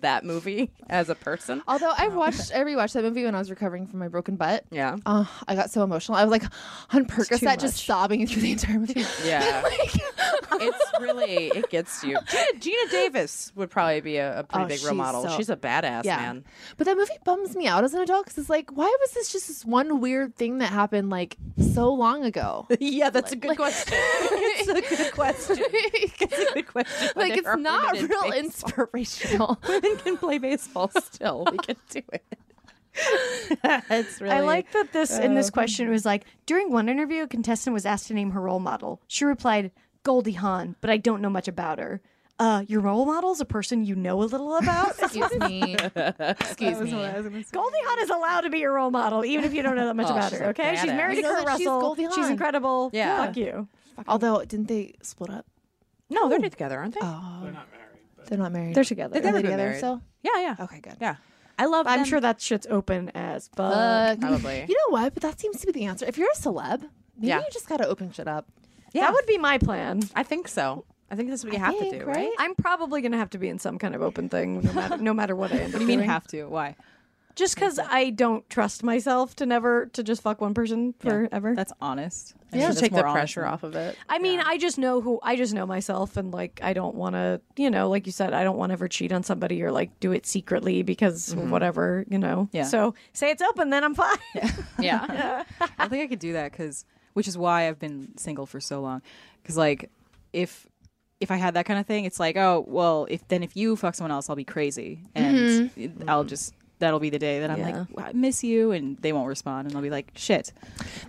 [SPEAKER 7] that movie as a person.
[SPEAKER 4] Although I watched, I rewatched that movie when I was recovering from my broken butt.
[SPEAKER 7] oh. Yeah.
[SPEAKER 4] Uh, I got so emotional. I was like on Percocet,
[SPEAKER 7] too
[SPEAKER 4] just
[SPEAKER 7] much.
[SPEAKER 4] sobbing through the entire movie.
[SPEAKER 7] Yeah.
[SPEAKER 4] Like-
[SPEAKER 7] it's really it gets you. Gina, Gina Davis would probably be a, a pretty
[SPEAKER 4] Oh,
[SPEAKER 7] big role
[SPEAKER 4] she's
[SPEAKER 7] model.
[SPEAKER 4] so-
[SPEAKER 7] she's a badass man.
[SPEAKER 4] But that movie bums me out as an adult because it's like, why was this just this one weird thing that happened like so long ago?
[SPEAKER 7] Yeah, that's a good question. it's a good question. It's a good question.
[SPEAKER 4] like
[SPEAKER 7] There
[SPEAKER 4] it's
[SPEAKER 7] are
[SPEAKER 4] not
[SPEAKER 7] women in
[SPEAKER 4] real
[SPEAKER 7] baseball.
[SPEAKER 4] inspirational.
[SPEAKER 7] Women can play baseball still. We can do it. it's really
[SPEAKER 3] I like that this in this question was like during one interview, a contestant was asked to name her role model. She replied, Goldie Hawn, but I don't know much about her. Uh, your role model is a person you know a little about.
[SPEAKER 4] Excuse me. Excuse me.
[SPEAKER 3] Goldie Hawn is allowed to be your role model, even if you don't know that much
[SPEAKER 7] Oh,
[SPEAKER 3] about
[SPEAKER 7] she's
[SPEAKER 3] her.
[SPEAKER 7] a
[SPEAKER 3] Okay, she's
[SPEAKER 7] badass.
[SPEAKER 3] married
[SPEAKER 4] You
[SPEAKER 3] to
[SPEAKER 4] know
[SPEAKER 3] Kurt
[SPEAKER 4] that she's
[SPEAKER 3] Russell.
[SPEAKER 4] Goldie
[SPEAKER 3] She's,
[SPEAKER 4] Hawn.
[SPEAKER 3] incredible.
[SPEAKER 7] Yeah.
[SPEAKER 3] fuck you.
[SPEAKER 4] Although didn't they split up?
[SPEAKER 7] No, they're together, aren't they?
[SPEAKER 4] Oh, they're not married.
[SPEAKER 3] They're together.
[SPEAKER 4] Are they
[SPEAKER 7] never been
[SPEAKER 4] together
[SPEAKER 7] married.
[SPEAKER 4] still?
[SPEAKER 7] Yeah, yeah.
[SPEAKER 4] Okay, good.
[SPEAKER 7] Yeah. I love
[SPEAKER 3] I'm
[SPEAKER 7] them.
[SPEAKER 3] sure that shit's open as fuck.
[SPEAKER 4] Fuck.
[SPEAKER 7] Probably.
[SPEAKER 4] You know what? But that seems to be the answer. If you're a celeb, maybe
[SPEAKER 7] Yeah.
[SPEAKER 4] you just gotta open shit up.
[SPEAKER 3] That would be my plan.
[SPEAKER 7] I think so. I think that's what you
[SPEAKER 4] I
[SPEAKER 7] have to
[SPEAKER 4] think,
[SPEAKER 7] do,
[SPEAKER 4] right?
[SPEAKER 7] right?
[SPEAKER 3] I'm probably gonna have to be in some kind of open thing, no matter, no matter what I end up
[SPEAKER 8] What do you mean
[SPEAKER 3] doing.
[SPEAKER 8] have to? Why?
[SPEAKER 3] Just because I don't trust myself to never to just fuck one person forever.
[SPEAKER 8] That's honest. I
[SPEAKER 7] Yeah,
[SPEAKER 8] mean, that's
[SPEAKER 7] take the
[SPEAKER 8] more honest
[SPEAKER 7] pressure
[SPEAKER 8] than-
[SPEAKER 7] off of it.
[SPEAKER 3] I mean, I just know who I just know myself, and like I don't want to, you know, like you said, I don't want to ever cheat on somebody or like do it secretly because whatever, you know.
[SPEAKER 8] Mm-hmm. Yeah.
[SPEAKER 3] So say it's open, then I'm fine.
[SPEAKER 7] Yeah.
[SPEAKER 8] I don't think I could do that because, which is why I've been single for so long. Because like, if if I had that kind of thing, it's like, oh well, if then if you fuck someone else, I'll be crazy, and it- I'll just that'll be the day that I'm
[SPEAKER 7] Mm-hmm. Yeah.
[SPEAKER 8] like, "Well, I miss you, and they won't respond, and I'll be like, shit.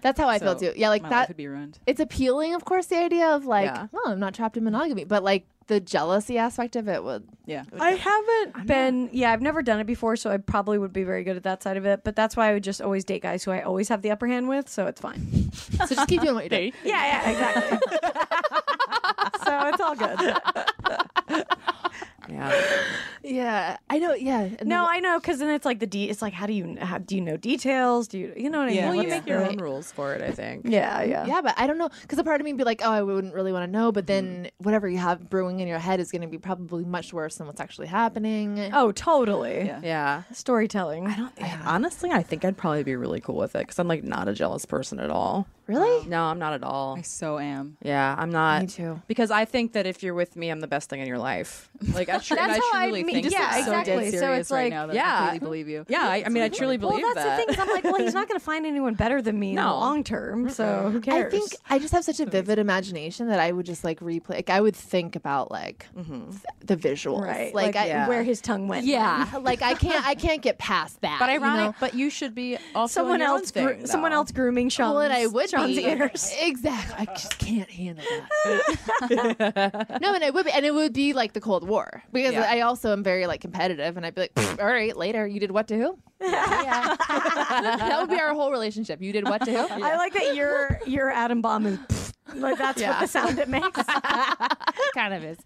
[SPEAKER 4] That's how I feel
[SPEAKER 8] So
[SPEAKER 4] too. Yeah, like
[SPEAKER 8] my life
[SPEAKER 4] that.
[SPEAKER 8] would be ruined.
[SPEAKER 4] It's appealing, of course, the idea of like,
[SPEAKER 7] Yeah.
[SPEAKER 4] well, I'm not trapped in monogamy, but like the jealousy aspect of it would.
[SPEAKER 8] Yeah,
[SPEAKER 3] I haven't been, yeah, I've never done it before, so I probably would be very good at that side of it. But that's why I would just always date guys who I always have the upper hand with, so it's fine.
[SPEAKER 4] So just keep doing what you're doing.
[SPEAKER 3] yeah, yeah, exactly. so it's all good.
[SPEAKER 7] yeah.
[SPEAKER 4] Yeah, I know. Yeah, and then
[SPEAKER 3] No,
[SPEAKER 4] wha-
[SPEAKER 3] I know, because then it's like the de- it's like how do you how, do you know details? Do you you know what I
[SPEAKER 8] Yeah.
[SPEAKER 3] mean?
[SPEAKER 8] Well, you
[SPEAKER 3] What's
[SPEAKER 8] make
[SPEAKER 3] the-
[SPEAKER 7] Your own rules for it, I think.
[SPEAKER 3] Yeah, yeah.
[SPEAKER 4] yeah, but I don't know because a part of me would be like, oh, I wouldn't really want to know, but then whatever you have brewing in your head is going to be probably much worse than what's actually happening.
[SPEAKER 3] Oh, totally.
[SPEAKER 8] Yeah.
[SPEAKER 7] Yeah.
[SPEAKER 3] Storytelling.
[SPEAKER 7] I don't. Honestly, I think I'd probably be really cool with it because I'm like not a jealous person at all.
[SPEAKER 4] Really?
[SPEAKER 7] No, I'm not at all.
[SPEAKER 8] I so am.
[SPEAKER 7] Yeah, I'm not.
[SPEAKER 4] Me Um, too.
[SPEAKER 7] Because I think that if you're with me, I'm the best thing in your life. Like I, tru- and I truly think.
[SPEAKER 3] Yeah,
[SPEAKER 7] that.
[SPEAKER 8] So dead
[SPEAKER 3] exactly. So
[SPEAKER 8] serious
[SPEAKER 3] it's
[SPEAKER 8] right
[SPEAKER 3] like-
[SPEAKER 8] now that
[SPEAKER 7] Yeah.
[SPEAKER 8] I completely believe you.
[SPEAKER 7] Yeah, I, I mean, I truly believe
[SPEAKER 3] well, that's
[SPEAKER 7] that.
[SPEAKER 3] the thing. 'cause I'm like, well, he's not going to find anyone better than me in the
[SPEAKER 7] No.
[SPEAKER 3] long term. So who
[SPEAKER 4] I
[SPEAKER 3] cares?
[SPEAKER 4] think I just have such a vivid imagination that I would just like replay. Like I would think about like th- the visuals,
[SPEAKER 3] right,
[SPEAKER 4] Mm-hmm. Like, I,
[SPEAKER 7] yeah.
[SPEAKER 3] where his tongue went.
[SPEAKER 4] yeah, like I can't, I can't get past that.
[SPEAKER 7] But
[SPEAKER 4] you
[SPEAKER 7] ironic.
[SPEAKER 4] know?
[SPEAKER 7] But you should be also
[SPEAKER 3] Someone
[SPEAKER 7] in your own
[SPEAKER 3] else,
[SPEAKER 7] thing,
[SPEAKER 3] gro- someone
[SPEAKER 7] though.
[SPEAKER 3] else grooming Sean.
[SPEAKER 4] Well, and I would
[SPEAKER 3] Sean's
[SPEAKER 4] be.
[SPEAKER 3] ears.
[SPEAKER 4] Exactly. I just can't handle that. no, and it would be, and it would be like the Cold War because
[SPEAKER 7] Yeah.
[SPEAKER 4] I also am very like competitive, and I'd be like, "Pfft, all right, later, you did what to who? Yeah. that would be our whole relationship. You did what to who?
[SPEAKER 3] I like that your your atom bomb is like that's what
[SPEAKER 4] Yeah.
[SPEAKER 3] the sound it makes.
[SPEAKER 4] kind of is.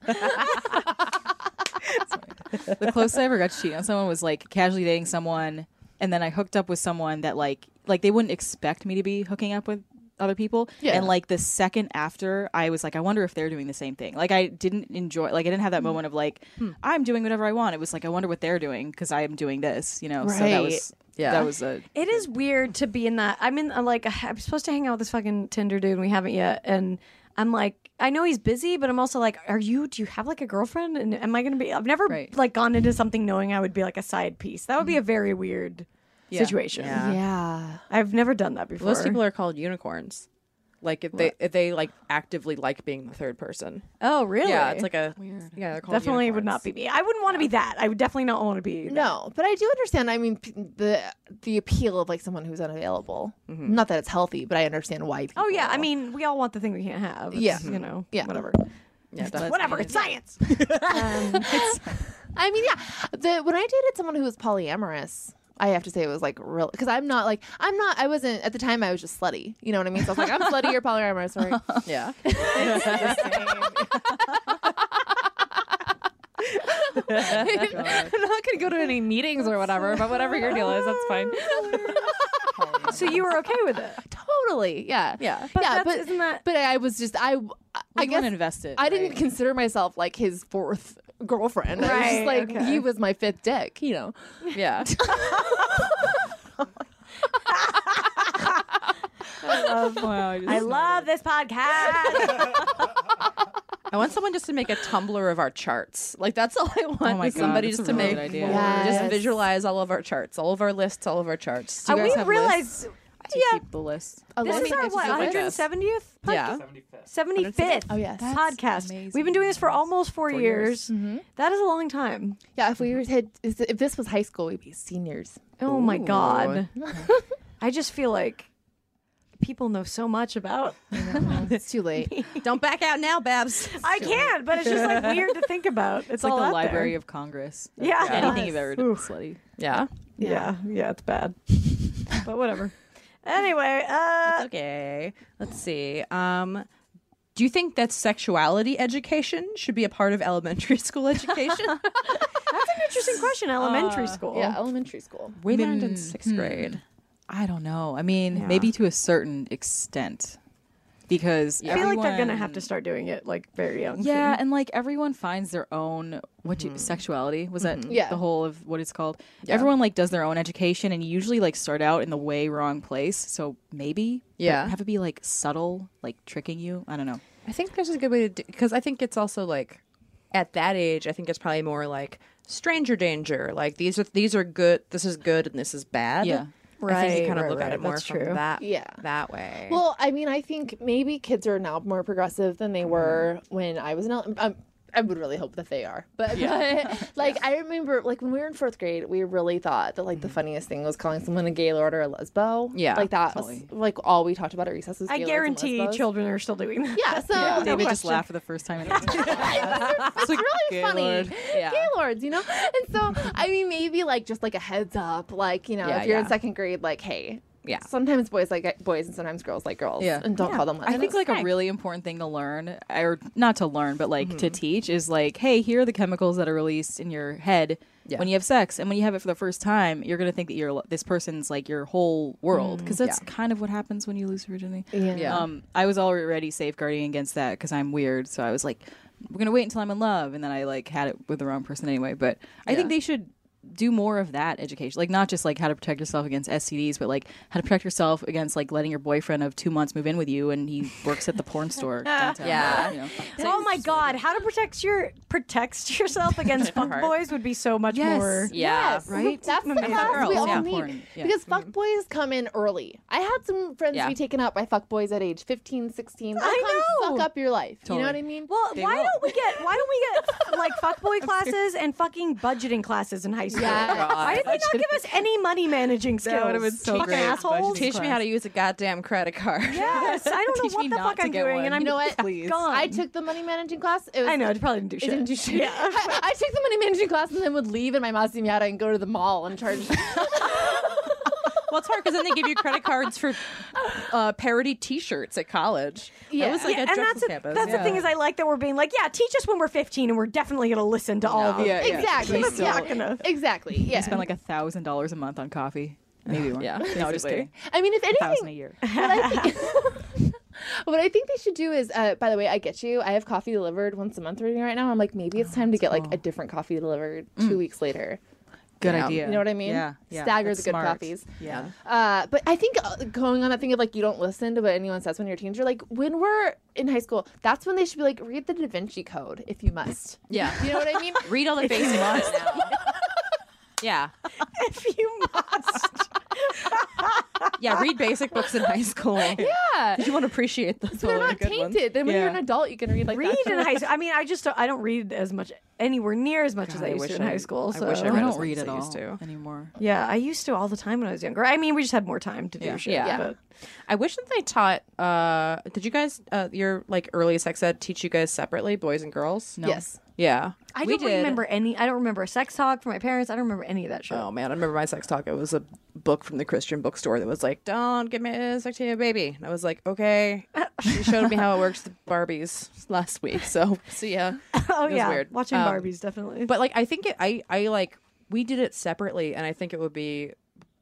[SPEAKER 8] the closest I ever got to cheating on someone was like casually dating someone, and then I hooked up with someone that like like they wouldn't expect me to be hooking up with other people.
[SPEAKER 4] Yeah.
[SPEAKER 8] And like the second after, I was like, I wonder if they're doing the same thing. Like I didn't enjoy, like I didn't have that moment of like I'm doing whatever I want. It was like I wonder what they're doing because I am doing this, you know. So that was
[SPEAKER 7] Yeah.
[SPEAKER 8] that was a
[SPEAKER 3] It is weird to be in that. I'm in I'm like I'm supposed to hang out with this fucking Tinder dude, and we haven't yet. And I'm like, I know he's busy, but I'm also like, are you? Do you have like a girlfriend? And am I gonna be? I've never
[SPEAKER 8] Right.
[SPEAKER 3] like gone into something knowing I would be like a side piece. That would be a very weird situation.
[SPEAKER 7] Mm-hmm. Yeah.
[SPEAKER 4] Yeah.
[SPEAKER 3] I've never done that before.
[SPEAKER 7] Most people are called unicorns. Like if they if they like actively like being the third person.
[SPEAKER 3] oh really?
[SPEAKER 7] Yeah, it's like a yeah. They're called
[SPEAKER 3] definitely would not
[SPEAKER 7] unicorns.
[SPEAKER 3] be me. I wouldn't want to be that. I would definitely not want to be. that.
[SPEAKER 4] No, but I do understand. I mean, p- the the appeal of like someone who's unavailable. Not that it's healthy, but I understand why. People.
[SPEAKER 3] Oh yeah, I mean, we all want the thing we can't have. It's,
[SPEAKER 4] Yeah.
[SPEAKER 3] you know,
[SPEAKER 4] Yeah.
[SPEAKER 3] whatever,
[SPEAKER 7] Yeah, definitely.
[SPEAKER 3] whatever. It's science.
[SPEAKER 4] Um, I mean, yeah. The when I dated someone who was polyamorous, I have to say it was like real because I'm not like I'm not. I wasn't at the time. I was just slutty. You know what I mean? So I was like, I'm slutty or polyamorous. Sorry.
[SPEAKER 7] Yeah.
[SPEAKER 4] I'm not gonna go to any meetings or whatever. But whatever your deal is, that's fine.
[SPEAKER 3] so you were okay with it?
[SPEAKER 4] totally. Yeah.
[SPEAKER 7] Yeah.
[SPEAKER 4] But yeah.
[SPEAKER 3] that's-
[SPEAKER 4] But
[SPEAKER 3] isn't that-
[SPEAKER 4] But I was just I. I I
[SPEAKER 8] Everyone
[SPEAKER 4] guess
[SPEAKER 8] invested.
[SPEAKER 4] I didn't
[SPEAKER 8] right?
[SPEAKER 4] consider myself like his fourth girlfriend. I was just
[SPEAKER 3] Right,
[SPEAKER 4] like
[SPEAKER 3] okay.
[SPEAKER 4] he was my fifth dick, you know.
[SPEAKER 7] Yeah.
[SPEAKER 8] Wow, I just-
[SPEAKER 3] I love this Uh, podcast.
[SPEAKER 7] I want someone just to make a Tumblr of our charts. Like that's all I want.
[SPEAKER 8] Oh my
[SPEAKER 7] is
[SPEAKER 8] God,
[SPEAKER 7] somebody
[SPEAKER 8] that's
[SPEAKER 7] just
[SPEAKER 8] a
[SPEAKER 7] to
[SPEAKER 8] really
[SPEAKER 7] make
[SPEAKER 8] good idea.
[SPEAKER 4] Yes.
[SPEAKER 7] just visualize all of our charts, all of our lists, all of our charts.
[SPEAKER 3] Uh, we
[SPEAKER 8] have
[SPEAKER 3] realize
[SPEAKER 8] Do you keep the list.
[SPEAKER 4] Oh,
[SPEAKER 3] this
[SPEAKER 4] let
[SPEAKER 3] is
[SPEAKER 4] me
[SPEAKER 3] our
[SPEAKER 4] get
[SPEAKER 3] what
[SPEAKER 4] you the list.
[SPEAKER 3] 170th
[SPEAKER 7] yeah.
[SPEAKER 3] 75th
[SPEAKER 4] Oh yes.
[SPEAKER 3] podcast.
[SPEAKER 8] amazing.
[SPEAKER 3] We've been doing this for almost four, years. That is a long time.
[SPEAKER 4] Yeah, if we were had if this was high school, we'd be seniors.
[SPEAKER 3] Oh my god. I just feel like people know so much about.
[SPEAKER 4] It's too late.
[SPEAKER 7] Don't back out now, Babs.
[SPEAKER 3] I can, but it's just like weird to think about. It's,
[SPEAKER 8] It's like
[SPEAKER 3] all
[SPEAKER 8] the
[SPEAKER 3] out there.
[SPEAKER 8] Library of Congress. That's
[SPEAKER 3] Yeah.
[SPEAKER 8] Anything
[SPEAKER 3] Yes.
[SPEAKER 8] you've ever done, slutty.
[SPEAKER 7] Yeah.
[SPEAKER 3] Yeah, yeah, it's bad. but whatever. Anyway, uh
[SPEAKER 7] Okay. Let's see. Um do you think that sexuality education should be a part of elementary school
[SPEAKER 3] that's
[SPEAKER 7] education?
[SPEAKER 3] an interesting question. Elementary school.
[SPEAKER 4] Yeah, elementary school.
[SPEAKER 7] we learned in sixth grade.
[SPEAKER 8] Hmm. I don't know. I mean, maybe to a certain extent, because
[SPEAKER 3] I feel like they're gonna
[SPEAKER 8] everyone-
[SPEAKER 3] have to start doing it like very young.
[SPEAKER 8] Yeah, and like everyone finds their own what you, sexuality was that
[SPEAKER 4] Yeah.
[SPEAKER 8] the whole of what it's called. Everyone like does their own education and you usually like start out in the way wrong place. So maybe but
[SPEAKER 7] Yeah.
[SPEAKER 8] have it be like subtle, like tricking you. I don't know.
[SPEAKER 7] I think there's a good way to do because I think it's also like at that age, I think it's probably more like stranger danger. Like these are these are good. This is good and this is bad.
[SPEAKER 8] Yeah.
[SPEAKER 7] I think
[SPEAKER 3] Right,
[SPEAKER 7] you kind of
[SPEAKER 3] right,
[SPEAKER 7] look
[SPEAKER 3] right.
[SPEAKER 7] at it more
[SPEAKER 3] That's
[SPEAKER 7] from
[SPEAKER 3] true.
[SPEAKER 7] that
[SPEAKER 4] Yeah.
[SPEAKER 7] that way.
[SPEAKER 4] Well, I mean, I think maybe kids are now more progressive than
[SPEAKER 7] Mm-hmm.
[SPEAKER 4] they were when I was in. ele- Um, I would really hope that they are, but, but, like I remember, like when we were in fourth grade, we really thought that like the funniest thing was calling someone a gaylord or a lesbo.
[SPEAKER 7] Mm-hmm. Yeah,
[SPEAKER 4] like that was like all we talked about at recess. Was
[SPEAKER 3] I
[SPEAKER 4] gaylords and
[SPEAKER 3] guarantee
[SPEAKER 4] lesbos.
[SPEAKER 3] children are still doing that.
[SPEAKER 4] Yeah, so
[SPEAKER 8] David just laughed for the first time. In
[SPEAKER 4] Oh, it's really
[SPEAKER 8] Gaylord.
[SPEAKER 4] funny. Gaylords, you know? And so, I mean, maybe like just like a heads up, like, you know,
[SPEAKER 7] Yeah,
[SPEAKER 4] if you're in
[SPEAKER 7] yeah.
[SPEAKER 4] second grade, like, hey,
[SPEAKER 7] Yeah.
[SPEAKER 4] Sometimes boys like boys and sometimes girls like girls.
[SPEAKER 8] Yeah.
[SPEAKER 4] And don't call them
[SPEAKER 8] I think like a really important thing to learn, or not to learn, but like
[SPEAKER 4] Mm-hmm.
[SPEAKER 8] to teach is like, hey, here are the chemicals that are released in your head when you have sex, and when you have it for the first time, you're gonna think that you're this person's like your whole world, because that's kind of what happens when you lose virginity.
[SPEAKER 4] Mm, Yeah.
[SPEAKER 7] Yeah.
[SPEAKER 8] Um, I was already safeguarding against that because I'm weird, so I was like, we're gonna wait until I'm in love, and then I like had it with the wrong person anyway. But I think they should do more of that education like not just like how to protect yourself against stds but like how to protect yourself against like letting your boyfriend of two months move in with you and he works at the porn store downtown
[SPEAKER 7] Yeah.
[SPEAKER 8] you know?
[SPEAKER 3] oh my god, how to protect your protect yourself against fuck boys would be so much more.
[SPEAKER 7] yeah.
[SPEAKER 4] Yes,
[SPEAKER 8] right?
[SPEAKER 4] That's the
[SPEAKER 8] Yeah,
[SPEAKER 4] class we
[SPEAKER 8] girls,
[SPEAKER 4] all
[SPEAKER 8] yeah.
[SPEAKER 4] need
[SPEAKER 8] Important, yeah.
[SPEAKER 4] because fuck boys come in early. I had some friends
[SPEAKER 7] Yeah.
[SPEAKER 4] be taken out by fuck boys at age 15, 16. They'll
[SPEAKER 3] I
[SPEAKER 4] come
[SPEAKER 3] know.
[SPEAKER 4] Fuck up your life. You
[SPEAKER 8] Totally.
[SPEAKER 4] know what I mean?
[SPEAKER 3] Well,
[SPEAKER 8] They
[SPEAKER 3] why
[SPEAKER 8] will.
[SPEAKER 3] don't we get why don't we get like fuckboy classes and fucking budgeting classes in high school?
[SPEAKER 4] Yeah.
[SPEAKER 3] Why did they not give us any money managing skills?
[SPEAKER 8] would have been so
[SPEAKER 3] fucking
[SPEAKER 8] great.
[SPEAKER 3] assholes.
[SPEAKER 8] Budgeting.
[SPEAKER 7] Teach me how to use a goddamn credit card.
[SPEAKER 3] Yes, I don't know
[SPEAKER 8] Teach
[SPEAKER 3] what
[SPEAKER 8] me
[SPEAKER 3] the
[SPEAKER 8] not
[SPEAKER 3] fuck
[SPEAKER 8] to
[SPEAKER 3] I'm
[SPEAKER 8] get
[SPEAKER 3] doing,
[SPEAKER 8] one.
[SPEAKER 3] and I'm
[SPEAKER 8] You
[SPEAKER 4] know what?
[SPEAKER 3] Please. gone.
[SPEAKER 4] I took the money managing class. It was
[SPEAKER 3] I know it probably didn't do shit.
[SPEAKER 4] It didn't do shit.
[SPEAKER 3] Yeah.
[SPEAKER 4] I, I took the money managing class and then would leave in my Mazzamiata and go to the mall and charge.
[SPEAKER 7] well, it's hard because then they give you credit cards for uh, parody T-shirts at college. Yeah,
[SPEAKER 4] Yeah.
[SPEAKER 7] that was like
[SPEAKER 3] Yeah,
[SPEAKER 7] a
[SPEAKER 3] and that's
[SPEAKER 7] Drexel
[SPEAKER 3] the-
[SPEAKER 7] campus.
[SPEAKER 3] that's the thing is I like that we're being like, yeah, teach us when we're 15, and we're definitely gonna listen to all of you.
[SPEAKER 8] yeah, yeah.
[SPEAKER 4] exactly.
[SPEAKER 8] Please
[SPEAKER 4] Yeah.
[SPEAKER 3] don't. Not gonna-
[SPEAKER 4] Exactly. Yeah.
[SPEAKER 8] spend like a thousand dollars a month on coffee maybe more
[SPEAKER 7] Yeah,
[SPEAKER 8] no just
[SPEAKER 7] basically.
[SPEAKER 8] kidding
[SPEAKER 4] I mean, if
[SPEAKER 8] thousand a
[SPEAKER 4] anything,
[SPEAKER 8] year
[SPEAKER 4] what I, think, what I think they should do is, uh, by the way, I get you. I have coffee delivered once a month right now. right now. I'm like, maybe it's time to get like a different coffee delivered two weeks later.
[SPEAKER 8] good idea
[SPEAKER 4] You know what I mean?
[SPEAKER 8] yeah, yeah.
[SPEAKER 4] Stagger
[SPEAKER 8] That's
[SPEAKER 4] the good
[SPEAKER 8] smart.
[SPEAKER 4] coffees.
[SPEAKER 8] yeah
[SPEAKER 4] Uh, but I think uh, going on that thing of like you don't listen to what anyone says when you're a teenager. Like when we're in high school, that's when they should be like read the Da Vinci Code if you must.
[SPEAKER 7] yeah.
[SPEAKER 4] You know what I mean?
[SPEAKER 7] Read all the basic ones now. Yeah.
[SPEAKER 3] If you must,
[SPEAKER 7] Yeah. Read basic books in high school. Yeah.
[SPEAKER 4] Yeah.
[SPEAKER 7] You won't appreciate this.
[SPEAKER 4] So they're not
[SPEAKER 7] good ones.
[SPEAKER 4] tainted. Then when you're
[SPEAKER 8] Yeah.
[SPEAKER 4] an adult, you can read like
[SPEAKER 3] read
[SPEAKER 4] that
[SPEAKER 3] in high school. I mean, I just don't, I don't read as much anywhere near as much as I used to in high school. So
[SPEAKER 7] I wish I read
[SPEAKER 8] I
[SPEAKER 7] as
[SPEAKER 8] don't
[SPEAKER 7] much
[SPEAKER 8] read
[SPEAKER 7] as
[SPEAKER 8] at
[SPEAKER 7] I
[SPEAKER 8] all
[SPEAKER 7] used to.
[SPEAKER 8] anymore
[SPEAKER 3] Yeah, I used to all the time when I was younger. I mean, we just had more time to do shit.
[SPEAKER 7] Yeah.
[SPEAKER 3] but-
[SPEAKER 7] I wish that they taught. Uh, did you guys uh, your like early sex ed teach you guys separately, boys and girls?
[SPEAKER 8] no
[SPEAKER 4] Yes.
[SPEAKER 7] Yeah,
[SPEAKER 3] I
[SPEAKER 7] We
[SPEAKER 3] don't
[SPEAKER 7] did.
[SPEAKER 3] remember any. I don't remember a sex talk from my parents. I don't remember any of that shit.
[SPEAKER 7] Oh man, I remember my sex talk. It was a book from the Christian bookstore that was like, "Don't give me a sex to your baby." And I was like, "Okay." She showed me how it works with Barbies last week, so see ya.
[SPEAKER 3] Oh,
[SPEAKER 7] It was
[SPEAKER 3] yeah,
[SPEAKER 7] weird.
[SPEAKER 3] watching
[SPEAKER 7] Um,
[SPEAKER 3] Barbies definitely.
[SPEAKER 7] But like, I think it, I I like we did it separately, and I think it would be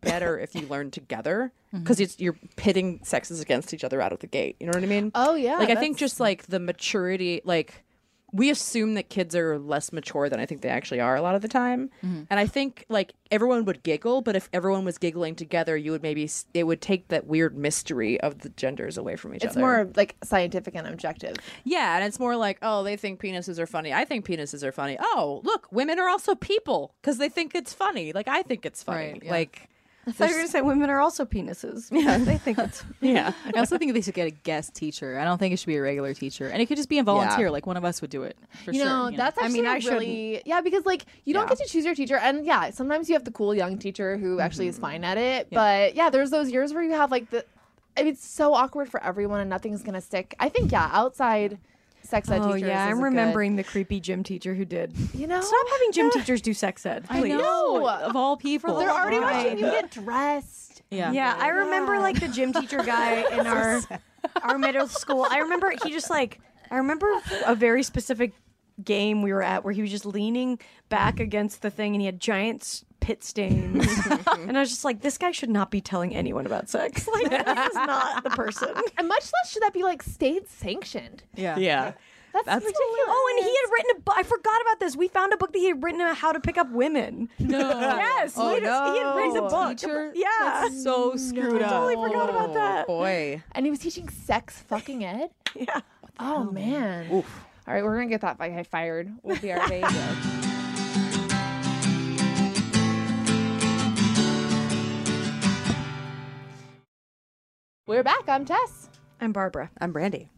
[SPEAKER 7] better if you learn together
[SPEAKER 4] Mm-hmm.
[SPEAKER 7] because it's you're pitting sexes against each other out of the gate. You know what I mean?
[SPEAKER 4] Oh, yeah,
[SPEAKER 7] Like I think
[SPEAKER 4] that's-
[SPEAKER 7] just like the maturity, like we assume that kids are less mature than I think they actually are a lot of the time.
[SPEAKER 4] Mm-hmm.
[SPEAKER 7] And I think like everyone would giggle, but if everyone was giggling together, you would maybe s- it would take that weird mystery of the genders away from each
[SPEAKER 4] It's
[SPEAKER 7] other.
[SPEAKER 4] more like scientific and objective.
[SPEAKER 7] Yeah, and it's more like, oh, they think penises are funny. I think penises are funny. Oh, look, women are also people because they think it's funny. Like I think it's funny.
[SPEAKER 8] Right, yeah.
[SPEAKER 7] Like
[SPEAKER 10] I thought you were going to say women are also penises. Yeah, they think it's.
[SPEAKER 7] yeah,
[SPEAKER 8] I also think they should get a guest teacher. I don't think it should be a regular teacher, and it could just be a volunteer. Like one of us would do it. For
[SPEAKER 4] you
[SPEAKER 8] sure,
[SPEAKER 4] know,
[SPEAKER 8] you
[SPEAKER 4] that's
[SPEAKER 10] I
[SPEAKER 4] actually
[SPEAKER 10] mean,
[SPEAKER 4] a
[SPEAKER 10] I
[SPEAKER 4] really yeah because like you don't get to choose your teacher, and yeah, sometimes you have the cool young teacher who actually
[SPEAKER 10] Mm-hmm.
[SPEAKER 4] is fine at it. But yeah, there's those years where you have like the, I mean, it's so awkward for everyone, and nothing's gonna stick. I think yeah, outside sex ed
[SPEAKER 3] Oh
[SPEAKER 4] teachers.
[SPEAKER 3] yeah,
[SPEAKER 4] is a
[SPEAKER 3] I'm
[SPEAKER 4] good-
[SPEAKER 3] remembering the creepy gym teacher who did.
[SPEAKER 4] you
[SPEAKER 7] Oh,
[SPEAKER 4] know,
[SPEAKER 3] Stop having gym teachers do sex ed.
[SPEAKER 8] I
[SPEAKER 3] please.
[SPEAKER 8] know
[SPEAKER 4] No.
[SPEAKER 8] of all people.
[SPEAKER 4] they're already
[SPEAKER 8] Why?
[SPEAKER 4] watching you get dressed.
[SPEAKER 8] Yeah.
[SPEAKER 3] Yeah, I remember like the gym teacher guy in our our middle school. I remember he just like I remember a very specific game we were at where he was just leaning back against the thing and he had giant s- pit stains. and I was just like this guy should not be telling anyone about sex. Like this is not the person.
[SPEAKER 4] And much less should that be like state sanctioned.
[SPEAKER 8] Yeah.
[SPEAKER 7] yeah.
[SPEAKER 4] That's, ridiculous.
[SPEAKER 3] Oh, and he had written a book. I forgot about this. We found a book that he had written about how to pick up women. No. yes.
[SPEAKER 7] Oh,
[SPEAKER 3] he, had, he had
[SPEAKER 7] no.
[SPEAKER 3] written a
[SPEAKER 7] As a
[SPEAKER 3] book.
[SPEAKER 7] teacher?
[SPEAKER 3] Yeah.
[SPEAKER 8] so screwed
[SPEAKER 3] I totally
[SPEAKER 8] up.
[SPEAKER 3] forgot about that.
[SPEAKER 7] Oh, Boy,
[SPEAKER 4] and he was teaching sex fucking ed.
[SPEAKER 3] Yeah.
[SPEAKER 4] Oh man. All right, we're gonna get that guy fired. We'll be our day. we're back. I'm Tess.
[SPEAKER 3] I'm Barbara.
[SPEAKER 7] I'm Brandy.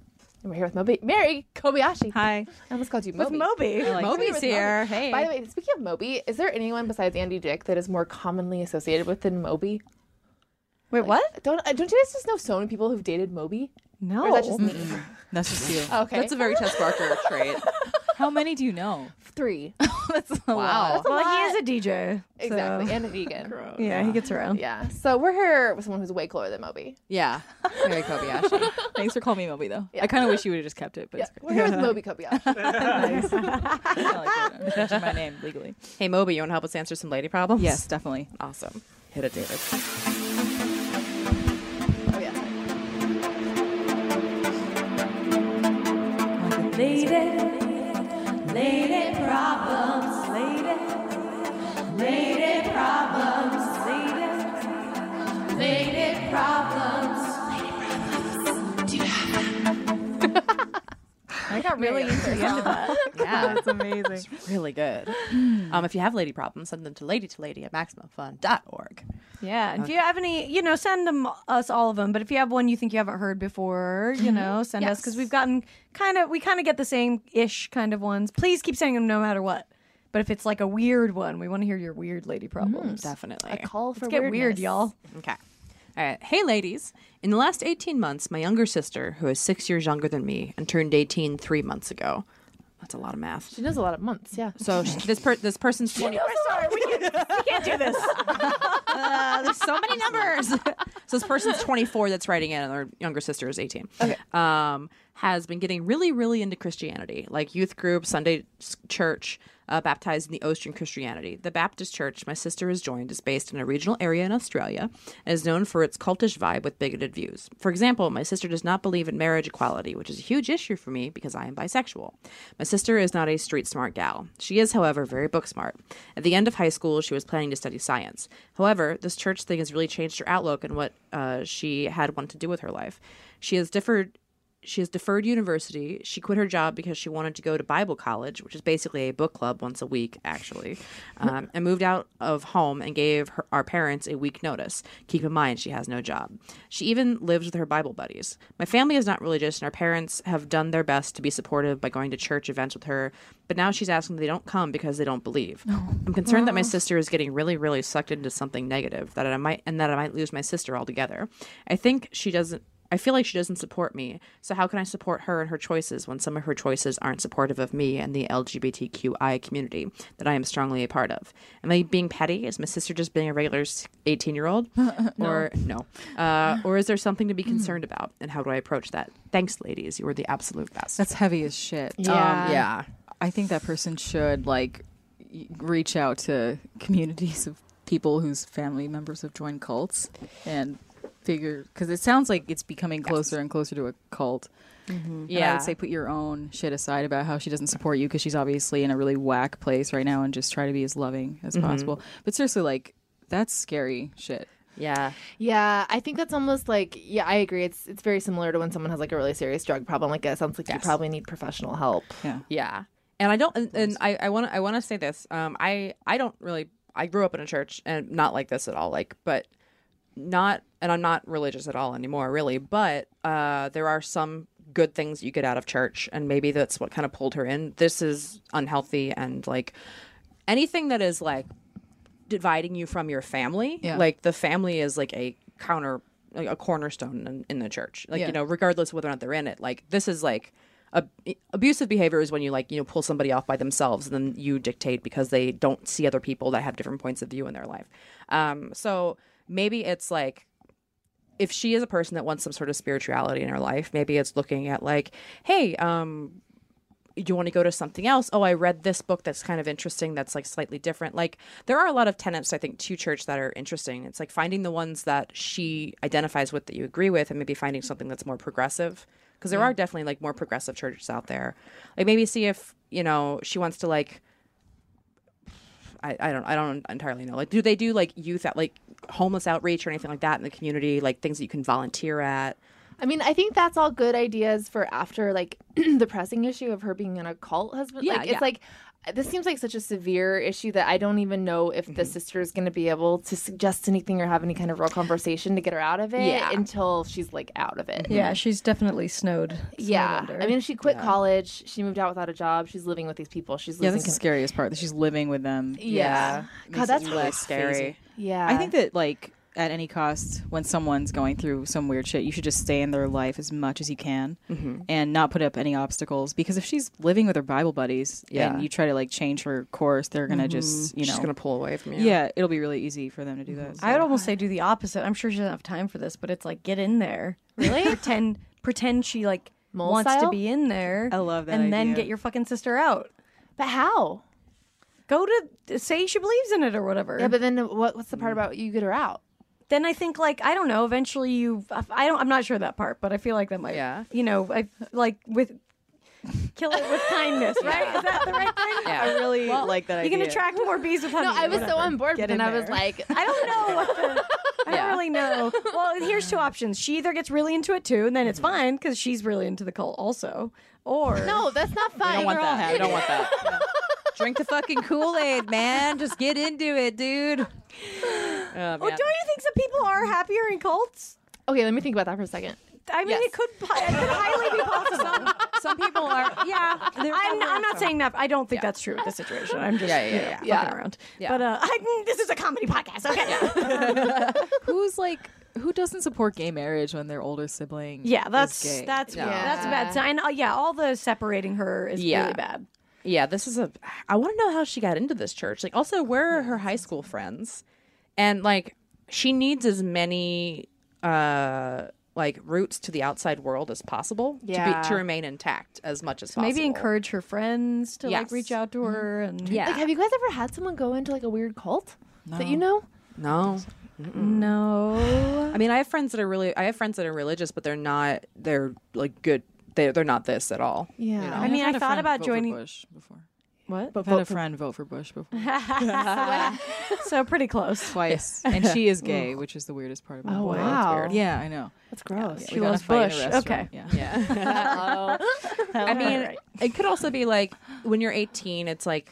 [SPEAKER 4] And we're here with Moby, Mary Kobayashi.
[SPEAKER 7] Hi,
[SPEAKER 4] I almost called you
[SPEAKER 3] With
[SPEAKER 4] Moby.
[SPEAKER 3] Moby.
[SPEAKER 7] Moby's
[SPEAKER 4] with
[SPEAKER 7] here. Hey,
[SPEAKER 4] By the way, speaking of Moby, is there anyone besides Andy Dick that is more commonly associated with than Moby?
[SPEAKER 3] Wait, what?
[SPEAKER 4] Don't uh, don't you guys just know so many people who've dated Moby?
[SPEAKER 3] No.
[SPEAKER 4] Or is that just me?
[SPEAKER 8] That's just you.
[SPEAKER 4] Okay,
[SPEAKER 7] Oh. that's a very Tess Barker trait.
[SPEAKER 8] How many do you know?
[SPEAKER 4] three.
[SPEAKER 8] That's a lot.
[SPEAKER 4] That's a
[SPEAKER 3] well,
[SPEAKER 4] lot.
[SPEAKER 3] he is a DJ. so-
[SPEAKER 4] Exactly, and a vegan.
[SPEAKER 3] Yeah, he gets around.
[SPEAKER 4] Yeah. So we're here with someone who's way cooler than Moby.
[SPEAKER 7] Yeah, very Kobayashi.
[SPEAKER 8] Thanks for calling me Moby, though. I kind of wish you would have just kept it, but it's
[SPEAKER 4] We're here with Moby Kobayashi.
[SPEAKER 8] great. I like that. Mention my name legally.
[SPEAKER 7] hey, Moby, you want to help us answer some lady problems?
[SPEAKER 8] Yes, definitely.
[SPEAKER 7] Awesome. Hit it, David.
[SPEAKER 4] oh yeah.
[SPEAKER 10] I got really into that.
[SPEAKER 7] Yeah,
[SPEAKER 10] That's amazing.
[SPEAKER 7] it's really good. um, if you have lady problems, send them to lady to lady at maximumfun.org.
[SPEAKER 3] Yeah. And if you have any, you know, send them us all of them. But if you have one you think you haven't heard before, you know, send us because we've gotten kind of we kind of get the same ish kind of ones. Please keep sending them no matter what. But if it's like a weird one, we want to hear your weird lady
[SPEAKER 4] Mm,
[SPEAKER 3] problems.
[SPEAKER 7] Definitely.
[SPEAKER 4] Call for
[SPEAKER 3] Let's get weird,
[SPEAKER 4] weirdness.
[SPEAKER 3] y'all.
[SPEAKER 7] Okay. All right. Hey, ladies. In the last 18 months, my younger sister, who is six years younger than me and turned 18 three months ago, that's a lot of math.
[SPEAKER 4] She knows a lot of months. Yeah.
[SPEAKER 7] So she- this per- this person's 20.
[SPEAKER 3] Sorry, we can't, we can't do this.
[SPEAKER 7] Uh, there's so many numbers. so this person's 24 that's writing in, and their younger sister is 18. Okay. Um, has been getting really, really into Christianity, like youth group, Sunday s- church, uh, baptized in the Ocean Christianity. The Baptist church my sister has joined is based in a regional area in Australia and is known for its cultish vibe with bigoted views. For example, my sister does not believe in marriage equality, which is a huge issue for me because I am bisexual. My sister is not a street smart gal. She is, however, very book smart. At the end of high school, she was planning to study science. However, this church thing has really changed her outlook and what uh, she had wanted to do with her life. She has differed. She has deferred university. She quit her job because she wanted to go to Bible college, which is basically a book club once a week, actually, um, and moved out of home and gave her, our parents a week notice. Keep in mind, she has no job. She even lives with her Bible buddies. My family is not religious, and our parents have done their best to be supportive by going to church events with her, but now she's asking that they don't come because they don't believe. I'm concerned that my sister is getting really, really sucked into something negative, that I might, and that I might lose my sister altogether. I think she doesn't. I feel like she doesn't support me. So how can I support her and her choices when some of her choices aren't supportive of me and the LGBTQI community that I am strongly a part of? Am I being petty? Is my sister just being a regular 18-year-old? Or no. Uh, or is there something to be concerned about? And how do I approach that? Thanks, ladies. You were the absolute best.
[SPEAKER 8] That's heavy as shit. Um,
[SPEAKER 4] Yeah.
[SPEAKER 7] yeah.
[SPEAKER 8] I think that person should like y- reach out to communities of people whose family members have joined cults and figure because it sounds like it's becoming closer and closer to a cult. And I
[SPEAKER 7] Yeah.
[SPEAKER 8] would say put your own shit aside about how she doesn't support you because she's obviously in a really whack place right now, and just try to be as loving as
[SPEAKER 4] Mm-hmm.
[SPEAKER 7] Mhm.
[SPEAKER 8] possible. But seriously, like that's scary shit.
[SPEAKER 7] Yeah.
[SPEAKER 4] Yeah, I think that's almost like yeah, I agree. It's it's very similar to when someone has like a really serious drug problem. Like it sounds like you probably need professional help.
[SPEAKER 8] Yeah.
[SPEAKER 7] Yeah. And I don't and, and I I want to I want to say this. Um I I don't really I grew up in a church and not like this at all like but not and I'm not religious at all anymore really, but uh there are some good things you get out of church and maybe that's what kind of pulled her in. This is unhealthy and like anything that is like dividing you from your family
[SPEAKER 8] Yeah.
[SPEAKER 7] like the family is like a counter like a cornerstone in, in the church like
[SPEAKER 8] Yeah.
[SPEAKER 7] you know regardless of whether or not they're in it like this is like ab- abusive behavior is when you like you know pull somebody off by themselves and then you dictate because they don't see other people that have different points of view in their life um so maybe it's like if she is a person that wants some sort of spirituality in her life maybe it's looking at like hey um do you want to go to something else? Oh, I read this book that's kind of interesting, that's like slightly different. Like there are a lot of tenets I think to church that are interesting. It's like finding the ones that she identifies with that you agree with and maybe finding something that's more progressive because there are definitely like more progressive churches out there. Like maybe see if, you know, she wants to like I, I don't I don't entirely know. Like do they do like youth at like homeless outreach or anything like that in the community, like things that you can volunteer at?
[SPEAKER 4] I mean, I think that's all good ideas for after like the pressing issue of her being in a cult has been
[SPEAKER 7] Yeah,
[SPEAKER 4] like
[SPEAKER 7] yeah.
[SPEAKER 4] it's like this seems like such a severe issue that I don't even know if
[SPEAKER 7] Mm-hmm.
[SPEAKER 4] the sister is going to be able to suggest anything or have any kind of real conversation to get her out of it
[SPEAKER 7] Yeah. Mm-hmm.
[SPEAKER 4] until she's like out of it.
[SPEAKER 3] Yeah, she's definitely snowed. snowed
[SPEAKER 4] Yeah.
[SPEAKER 3] under.
[SPEAKER 4] I mean, she quit college, she moved out without a job, she's living with these people, she's
[SPEAKER 8] Yeah,
[SPEAKER 4] losing
[SPEAKER 8] that's the scariest part. That she's living with them.
[SPEAKER 4] Yeah.
[SPEAKER 8] Makes
[SPEAKER 4] God,
[SPEAKER 8] it
[SPEAKER 4] that's really
[SPEAKER 8] less
[SPEAKER 7] scary.
[SPEAKER 8] phasing.
[SPEAKER 4] Yeah.
[SPEAKER 8] I think that like at any cost, when someone's going through some weird shit, you should just stay in their life as much as you can
[SPEAKER 3] Mm-hmm.
[SPEAKER 8] and not put up any obstacles. Because if she's living with her Bible buddies
[SPEAKER 7] Yeah.
[SPEAKER 8] and you try to like change her course, they're gonna
[SPEAKER 3] Mm-hmm.
[SPEAKER 8] just you know
[SPEAKER 7] She's gonna pull away from you.
[SPEAKER 8] Yeah, it'll be really easy for them to do that.
[SPEAKER 3] I would almost say do the opposite. I'm sure she doesn't have time for this, but it's like get in there.
[SPEAKER 4] Really?
[SPEAKER 3] pretend pretend she like
[SPEAKER 4] Mole
[SPEAKER 3] wants
[SPEAKER 4] style?
[SPEAKER 3] to be in there.
[SPEAKER 8] I love that
[SPEAKER 3] And then
[SPEAKER 8] idea.
[SPEAKER 3] get your fucking sister out.
[SPEAKER 4] But how?
[SPEAKER 3] Go to say she believes in it or whatever.
[SPEAKER 4] Yeah, but then what, what's the
[SPEAKER 7] Mm.
[SPEAKER 4] part about you get her out?
[SPEAKER 3] then I think like I don't know. Eventually, you I don't I'm not sure of that part, but I feel like that might
[SPEAKER 7] Yeah.
[SPEAKER 3] You know, I like with kill it with kindness, right? Is that the right thing?
[SPEAKER 7] Yeah.
[SPEAKER 8] I really like that
[SPEAKER 3] You
[SPEAKER 8] idea.
[SPEAKER 3] can attract more bees with honey.
[SPEAKER 4] No, I
[SPEAKER 3] or
[SPEAKER 4] was so
[SPEAKER 3] whatever.
[SPEAKER 4] on board,
[SPEAKER 8] Get
[SPEAKER 4] but then
[SPEAKER 8] in
[SPEAKER 4] I was
[SPEAKER 8] there.
[SPEAKER 4] like,
[SPEAKER 3] I don't know what the. I don't really know. Well, here's two options. She either gets really into it too, and then it's
[SPEAKER 7] Mm-hmm.
[SPEAKER 3] fine because she's really into the cult also. Or
[SPEAKER 4] no, that's not fun.
[SPEAKER 7] I don't want
[SPEAKER 4] We're all
[SPEAKER 7] that. I don't want that. Drink the fucking Kool Aid, man. Just get into it, dude. Oh, man.
[SPEAKER 3] Oh, don't you think some people are happier in cults?
[SPEAKER 4] Okay, let me think about that for a second.
[SPEAKER 3] I mean,
[SPEAKER 4] Yes.
[SPEAKER 3] it could it could highly be possible.
[SPEAKER 7] Some people are.
[SPEAKER 3] Yeah, I'm, I'm not saying that. I don't think that's true with this situation. I'm just
[SPEAKER 7] Yeah, yeah,
[SPEAKER 3] you
[SPEAKER 7] yeah,
[SPEAKER 3] know,
[SPEAKER 7] yeah.
[SPEAKER 3] fucking
[SPEAKER 4] Yeah.
[SPEAKER 3] around.
[SPEAKER 7] Yeah.
[SPEAKER 3] But uh, I, this is a comedy podcast. Okay.
[SPEAKER 8] Who's like who doesn't support gay marriage when their older sibling?
[SPEAKER 3] Yeah, that's
[SPEAKER 8] is gay?
[SPEAKER 3] that's
[SPEAKER 7] Yeah.
[SPEAKER 3] that's a bad sign. Uh, yeah, all the separating her is
[SPEAKER 7] Yeah.
[SPEAKER 3] really bad.
[SPEAKER 7] Yeah, this is a. I want to know how she got into this church. Like, also, where are her high school friends? And like, she needs as many uh like routes to the outside world as possible
[SPEAKER 4] Yeah.
[SPEAKER 7] to be to remain intact as much as possible.
[SPEAKER 3] Maybe encourage her friends to like
[SPEAKER 7] Yes.
[SPEAKER 3] reach out to her and
[SPEAKER 7] Yeah.
[SPEAKER 4] Like, have you guys ever had someone go into like a weird cult that you know?
[SPEAKER 7] No.
[SPEAKER 3] No.
[SPEAKER 7] I mean, I have friends that are really. I have friends that are religious, but they're not. They're like good. They're they're not this at all.
[SPEAKER 4] Yeah.
[SPEAKER 3] I mean, I thought about joining.
[SPEAKER 8] Bush before.
[SPEAKER 3] What?
[SPEAKER 8] I've had a friend vote for Bush before
[SPEAKER 3] so pretty close.
[SPEAKER 8] twice, and she is gay, which is the weirdest part about it.
[SPEAKER 4] Oh, wow.
[SPEAKER 8] Yeah, I know.
[SPEAKER 4] That's gross.
[SPEAKER 8] We got in a
[SPEAKER 3] loves
[SPEAKER 8] fight in a
[SPEAKER 3] Bush.
[SPEAKER 8] restaurant.
[SPEAKER 3] Okay.
[SPEAKER 8] Yeah.
[SPEAKER 7] I mean, it could also be like when you're 18, it's like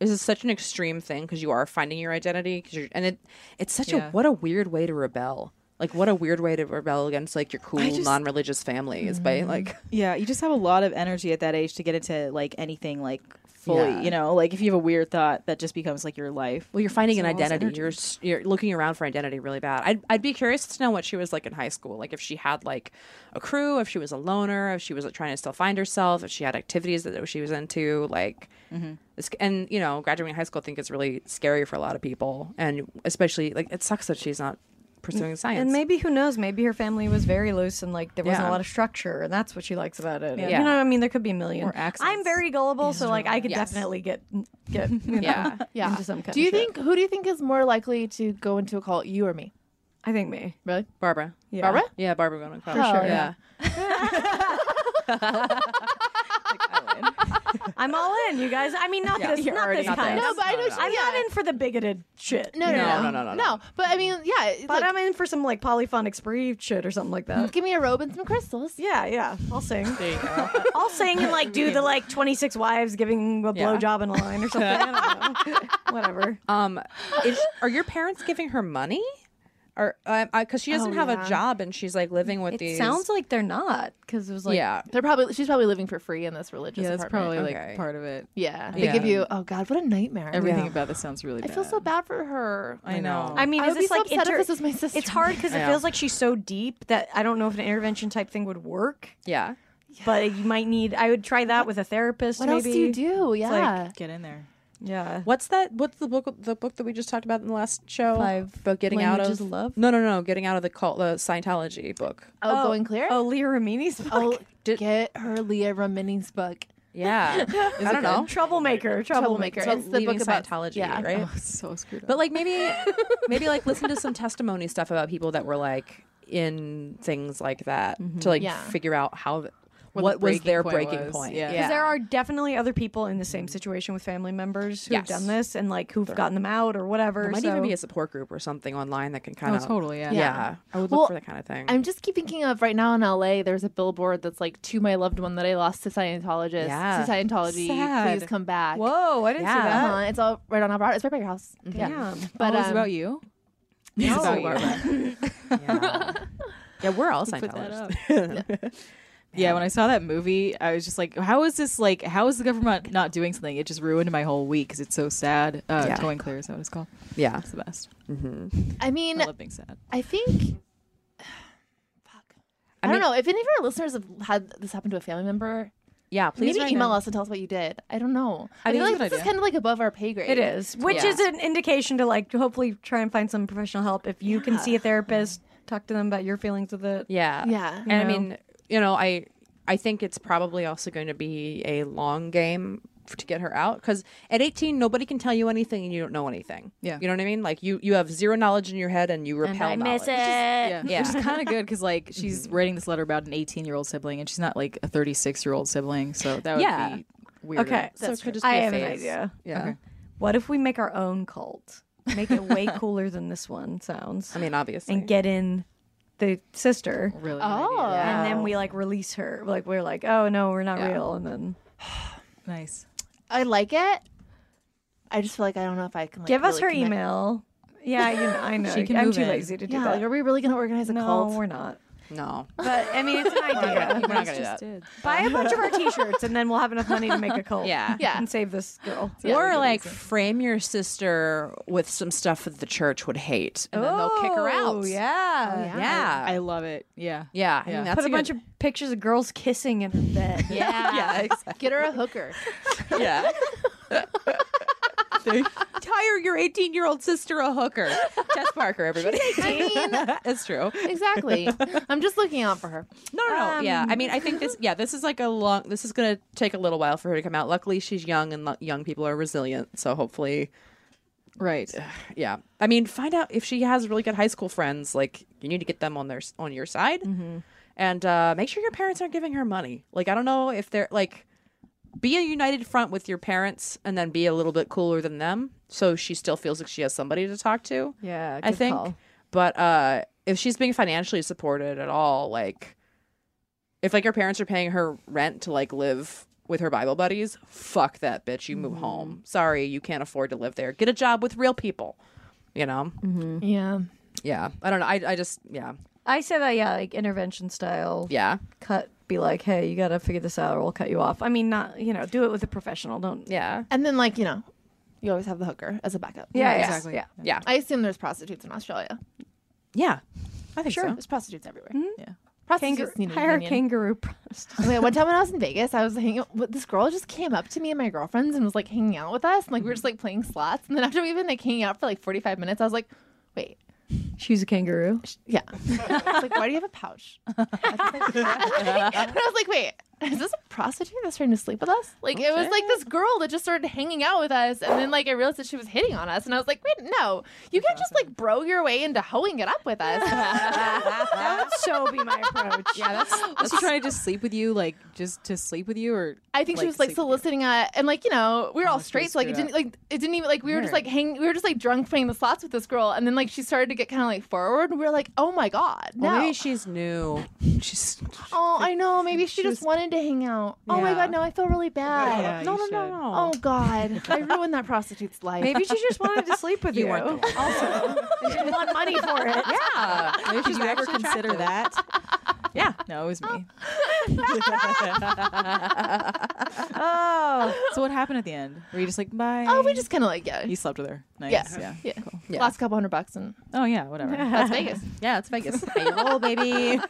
[SPEAKER 7] this is such an extreme thing because you are finding your identity. 'cause you're, and it it's such
[SPEAKER 8] Yeah.
[SPEAKER 7] a what a weird way to rebel. Like what a weird way to rebel against like your cool non-religious family is by like
[SPEAKER 8] Yeah, you just have a lot of energy at that age to get into like anything like fully,
[SPEAKER 7] Yeah.
[SPEAKER 8] you know, like if you have a weird thought that just becomes like your life.
[SPEAKER 7] well you're finding an
[SPEAKER 8] all this
[SPEAKER 7] identity.
[SPEAKER 8] energy.
[SPEAKER 7] You're s- you're looking around for identity really bad. I'd I'd be curious to know what she was like in high school. Like if she had like a crew, if she was a loner, if she was like, trying to still find herself, if she had activities that she was into, like
[SPEAKER 3] Mm-hmm.
[SPEAKER 7] It's- and you know graduating high school i think is really scary for a lot of people and especially like it sucks that she's not pursuing science.
[SPEAKER 3] And maybe who knows? Maybe her family was very loose and like there wasn't a
[SPEAKER 7] Yeah.
[SPEAKER 3] lot of structure, and that's what she likes about it.
[SPEAKER 7] Yeah.
[SPEAKER 3] You know, what I mean, there could be a million.
[SPEAKER 8] Or accents.
[SPEAKER 3] I'm very gullible, so like I could
[SPEAKER 7] Yes.
[SPEAKER 3] definitely get get you know,
[SPEAKER 7] Yeah.
[SPEAKER 4] Yeah.
[SPEAKER 3] into some kind
[SPEAKER 4] do you
[SPEAKER 3] of shit.
[SPEAKER 4] think who do you think is more likely to go into a cult, you or me?
[SPEAKER 3] I think me.
[SPEAKER 4] Really?
[SPEAKER 7] Barbara.
[SPEAKER 3] Yeah.
[SPEAKER 4] Barbara?
[SPEAKER 7] Yeah, Barbara going to college.
[SPEAKER 4] sure,
[SPEAKER 7] Yeah.
[SPEAKER 3] I'm all in, you guys. I mean, not this,
[SPEAKER 7] You're
[SPEAKER 3] not
[SPEAKER 7] already
[SPEAKER 3] this
[SPEAKER 7] not
[SPEAKER 3] kind.
[SPEAKER 7] there.
[SPEAKER 4] No, but I know she-
[SPEAKER 3] I'm not
[SPEAKER 4] yeah.
[SPEAKER 3] in for the bigoted shit.
[SPEAKER 4] No, no,
[SPEAKER 7] No,
[SPEAKER 4] no,
[SPEAKER 7] no, no, no, no.
[SPEAKER 4] But I mean, yeah, it's
[SPEAKER 3] but
[SPEAKER 4] like,
[SPEAKER 3] I'm in for some like polyphonic spree shit or something like that.
[SPEAKER 4] give me a robe and some crystals.
[SPEAKER 3] Yeah, yeah. I'll sing.
[SPEAKER 7] There you go.
[SPEAKER 3] I'll sing and like do the like 26 wives giving a
[SPEAKER 7] Yeah.
[SPEAKER 3] blowjob in a line or something. I don't know. Whatever.
[SPEAKER 7] Um, is, are your parents giving her money? Or because she doesn't have a job and she's like living with
[SPEAKER 3] Oh, It
[SPEAKER 7] these.
[SPEAKER 3] sounds like they're not because it was like
[SPEAKER 7] yeah.
[SPEAKER 4] They're probably she's probably living for free in this religious
[SPEAKER 8] Yeah, that's
[SPEAKER 4] apartment.
[SPEAKER 8] probably
[SPEAKER 7] Okay.
[SPEAKER 8] like part of it.
[SPEAKER 4] yeah. They
[SPEAKER 7] Yeah.
[SPEAKER 4] give you oh god, what a nightmare.
[SPEAKER 8] Everything
[SPEAKER 7] Yeah.
[SPEAKER 8] about this sounds really
[SPEAKER 4] I
[SPEAKER 8] bad.
[SPEAKER 4] feel so bad for her.
[SPEAKER 8] I know.
[SPEAKER 3] I mean,
[SPEAKER 4] I
[SPEAKER 3] is
[SPEAKER 4] would
[SPEAKER 3] this
[SPEAKER 4] be so
[SPEAKER 3] like
[SPEAKER 4] upset if
[SPEAKER 3] inter-
[SPEAKER 4] this was my sister.
[SPEAKER 3] It's hard because it
[SPEAKER 7] Yeah.
[SPEAKER 3] feels like she's so deep that I don't know if an intervention type thing would work.
[SPEAKER 7] Yeah.
[SPEAKER 3] But you might need. I would try that with a therapist.
[SPEAKER 4] What else
[SPEAKER 3] maybe.
[SPEAKER 4] do you do? Yeah.
[SPEAKER 8] Get in there.
[SPEAKER 3] Yeah.
[SPEAKER 7] What's that? What's the book? The book that we just talked about in the last show
[SPEAKER 4] Five
[SPEAKER 7] about getting out of
[SPEAKER 4] Languages of Love?
[SPEAKER 7] No, no, no, getting out of the cult, the Scientology book.
[SPEAKER 4] oh, going clear?
[SPEAKER 3] Oh, Leah Ramini's
[SPEAKER 4] Oh,
[SPEAKER 7] Did-
[SPEAKER 4] get her Leah Remini's book.
[SPEAKER 7] Yeah, I don't know.
[SPEAKER 3] troublemaker. Troublemaker.
[SPEAKER 4] Troublemaker. It's the
[SPEAKER 7] Leaving
[SPEAKER 4] book about
[SPEAKER 7] Scientology,
[SPEAKER 4] yeah.
[SPEAKER 7] right?
[SPEAKER 8] Oh, so screwed up.
[SPEAKER 7] But like maybe, maybe like listen to some testimony stuff about people that were like in things like that to like
[SPEAKER 4] Yeah.
[SPEAKER 7] figure out how th-
[SPEAKER 8] the
[SPEAKER 7] what, was
[SPEAKER 8] breaking
[SPEAKER 7] their
[SPEAKER 8] point
[SPEAKER 7] breaking
[SPEAKER 8] was,
[SPEAKER 7] point.
[SPEAKER 8] yeah. 'Cause
[SPEAKER 3] Because there are definitely other people in the same situation with family members who've
[SPEAKER 7] Yes.
[SPEAKER 3] done this and like who've gotten them out or whatever.
[SPEAKER 7] there might
[SPEAKER 3] so.
[SPEAKER 7] even be a support group or something online that can kind
[SPEAKER 8] oh,
[SPEAKER 7] of
[SPEAKER 8] totally. Yeah.
[SPEAKER 7] Yeah. I would look
[SPEAKER 4] Well,
[SPEAKER 7] for that kind of thing.
[SPEAKER 4] I'm just keep thinking of right now in LA. There's a billboard that's like to my loved one that I lost to Scientologists.
[SPEAKER 7] Yeah.
[SPEAKER 4] To Scientology,
[SPEAKER 8] Sad.
[SPEAKER 4] please come back.
[SPEAKER 8] Oh,
[SPEAKER 3] Whoa, I didn't see that.
[SPEAKER 4] Uh-huh. It's all right on Alvarado. It's right by your house. Yeah.
[SPEAKER 8] But
[SPEAKER 4] But
[SPEAKER 8] oh, it's
[SPEAKER 4] um,
[SPEAKER 8] about you.
[SPEAKER 7] No.
[SPEAKER 8] It's about you.
[SPEAKER 7] yeah. yeah, we're all
[SPEAKER 8] Put that up.
[SPEAKER 7] Scientologists.
[SPEAKER 8] Yeah, when I saw that movie, I was just like, "How is this like? How is the government not doing something?" It just ruined my whole week because it's so sad. Uh,
[SPEAKER 7] Yeah.
[SPEAKER 8] Going clear is what it's called.
[SPEAKER 7] Yeah.
[SPEAKER 8] It's the best.
[SPEAKER 4] I mean,
[SPEAKER 8] I love being sad.
[SPEAKER 4] I think. Fuck. I,
[SPEAKER 7] mean-
[SPEAKER 4] don't know if any of our listeners have had this happen to a family member.
[SPEAKER 7] Yeah, please
[SPEAKER 4] Maybe
[SPEAKER 7] write
[SPEAKER 4] email
[SPEAKER 7] in.
[SPEAKER 4] us and tell us what you did. I don't know. I,
[SPEAKER 8] think
[SPEAKER 4] feel like
[SPEAKER 8] it's a good
[SPEAKER 4] this is
[SPEAKER 8] idea.
[SPEAKER 4] kind of like above our pay grade.
[SPEAKER 3] It is, which
[SPEAKER 7] Yeah.
[SPEAKER 3] is an indication to like hopefully try and find some professional help if you can see a therapist, talk to them about your feelings with it.
[SPEAKER 7] Yeah.
[SPEAKER 4] Yeah.
[SPEAKER 7] And I mean, you know, I I think it's probably also going to be a long game f- to get her out because at 18 nobody can tell you anything and you don't know anything
[SPEAKER 8] Yeah.
[SPEAKER 7] you know what i mean like you you have zero knowledge in your head and you repel knowledge.
[SPEAKER 8] Yeah,
[SPEAKER 7] Yeah.
[SPEAKER 8] which is kind of good because like she's writing this letter about an 18 year old sibling, and she's not like a 36 year old sibling, so that would
[SPEAKER 7] Yeah.
[SPEAKER 8] be weird.
[SPEAKER 3] Okay,
[SPEAKER 7] so it could just be
[SPEAKER 3] I
[SPEAKER 7] a
[SPEAKER 3] have an
[SPEAKER 7] phase.
[SPEAKER 3] idea.
[SPEAKER 7] yeah
[SPEAKER 3] What if we make our own cult? Make it way cooler than this one sounds,
[SPEAKER 7] i mean obviously
[SPEAKER 3] and get in the sister,
[SPEAKER 8] really.
[SPEAKER 4] Oh.
[SPEAKER 3] and then we like release her. Like we're like, oh no, we're not
[SPEAKER 7] Yeah.
[SPEAKER 3] real, and then
[SPEAKER 8] nice.
[SPEAKER 4] I like it. I just feel like I don't know if I can. Like,
[SPEAKER 3] give us
[SPEAKER 4] really
[SPEAKER 3] her
[SPEAKER 4] commit-
[SPEAKER 3] email. Yeah, you know, I know.
[SPEAKER 8] She can
[SPEAKER 3] I'm
[SPEAKER 8] move
[SPEAKER 3] too
[SPEAKER 8] in.
[SPEAKER 3] lazy to do
[SPEAKER 4] Yeah.
[SPEAKER 3] that.
[SPEAKER 4] Like, are we really gonna organize a
[SPEAKER 3] no,
[SPEAKER 4] cult?
[SPEAKER 3] we're not.
[SPEAKER 7] no
[SPEAKER 3] But I mean, it's an idea.
[SPEAKER 7] we're not gonna do that
[SPEAKER 3] Buy a bunch of our T-shirts, and then we'll have enough money to make a cult.
[SPEAKER 7] Yeah.
[SPEAKER 4] Yeah.
[SPEAKER 3] and save this girl.
[SPEAKER 7] or like frame your sister with some stuff that the church would hate and then they'll kick her
[SPEAKER 3] Oh,
[SPEAKER 7] out
[SPEAKER 3] yeah.
[SPEAKER 4] Yeah.
[SPEAKER 7] yeah
[SPEAKER 8] I love it. Yeah.
[SPEAKER 7] yeah, I mean, that's
[SPEAKER 3] Put a
[SPEAKER 7] good-
[SPEAKER 3] bunch of pictures of girls kissing in her bed.
[SPEAKER 4] Yeah.
[SPEAKER 7] yeah exactly.
[SPEAKER 4] Get her a hooker.
[SPEAKER 7] yeah hire your 18 year old sister a hooker tess parker everybody
[SPEAKER 4] I mean,
[SPEAKER 7] it's true
[SPEAKER 4] exactly. I'm just looking out for her.
[SPEAKER 7] No, no, no. yeah. I mean, I think this. Yeah, this is like a long. This is gonna take a little while for her to come out. Luckily, she's young, and lo- young people are resilient. So hopefully,
[SPEAKER 8] Right.
[SPEAKER 7] yeah. I mean, find out if she has really good high school friends. Like, you need to get them on their s- on your side, and uh, make sure your parents aren't giving her money. Like, I don't know if they're like, be a united front with your parents, and then be a little bit cooler than them, so she still feels like she has somebody to talk to.
[SPEAKER 3] Yeah,
[SPEAKER 7] I think. But uh, if she's being financially supported at all, like if like her parents are paying her rent to like live with her Bible buddies, fuck that bitch. You move home. Sorry, you can't afford to live there. Get a job with real people. You know?
[SPEAKER 4] Yeah.
[SPEAKER 7] Yeah. I don't know. I I just yeah.
[SPEAKER 3] I say that. Yeah, like intervention style.
[SPEAKER 7] Yeah.
[SPEAKER 3] Cut. Be like, hey, you got to figure this out, or we'll cut you off. I mean, not you know, do it with a professional. Don't.
[SPEAKER 7] Yeah.
[SPEAKER 4] And then like you know, you always have the hooker as a backup.
[SPEAKER 3] Yeah, yeah,
[SPEAKER 8] Exactly.
[SPEAKER 3] Yeah.
[SPEAKER 7] Yeah.
[SPEAKER 4] I assume there's prostitutes in Australia.
[SPEAKER 7] Yeah. I think
[SPEAKER 4] Sure, Hmm?
[SPEAKER 7] so.
[SPEAKER 4] there's prostitutes everywhere.
[SPEAKER 8] Yeah.
[SPEAKER 4] Prostitutes need a
[SPEAKER 3] Hire a
[SPEAKER 4] union.
[SPEAKER 3] kangaroo prostitute.
[SPEAKER 4] Okay, one time when I was in Vegas, I was hanging out. with- This girl just came up to me and my girlfriends and was like hanging out with us. And like we were just like playing slots. And then after we've been like hanging out for like 45 minutes, I was like, wait,
[SPEAKER 3] She was a kangaroo.
[SPEAKER 4] Yeah. I was like, why do you have a pouch? and I was like, wait, is this a prostitute that's trying to sleep with us? Like, it was like this girl that just started hanging out with us. And then, like, I realized that she was hitting on us. And I was like, wait, no, you can't just, like, bro your way into hoeing it up with us.
[SPEAKER 11] That would so be my approach. Yeah, that's
[SPEAKER 8] Was she trying to just sleep with you, like just to sleep with you, or
[SPEAKER 4] I think she was like
[SPEAKER 8] sleep with
[SPEAKER 4] soliciting uh and like you know we were all straight so like it
[SPEAKER 8] screwed
[SPEAKER 4] didn't like it didn't even like we were just like hang we were just like drunk playing the slots with this girl and then like she started to get kind of like forward and we were like oh my god no
[SPEAKER 7] Well, maybe she's new. She's
[SPEAKER 4] oh I know maybe she, just wanted to hang out oh my
[SPEAKER 7] Yeah.
[SPEAKER 4] god no I feel really bad
[SPEAKER 7] no, no, no, no.
[SPEAKER 4] oh god I ruined that prostitute's life
[SPEAKER 11] Maybe she just wanted to sleep with you. also, she didn't want money for it.
[SPEAKER 7] yeah.
[SPEAKER 8] you? Did you ever consider that? yeah, no, it was me.
[SPEAKER 11] Oh,
[SPEAKER 8] So what happened at the end? Were you just like bye?
[SPEAKER 4] oh we just kind of like yeah
[SPEAKER 8] you slept with her. Nice.
[SPEAKER 4] Yeah.
[SPEAKER 8] Yeah.
[SPEAKER 4] yeah, last couple hundred bucks and
[SPEAKER 8] Oh yeah. Whatever.
[SPEAKER 4] that's Vegas
[SPEAKER 7] Yeah, it's Vegas. Hey, roll, baby.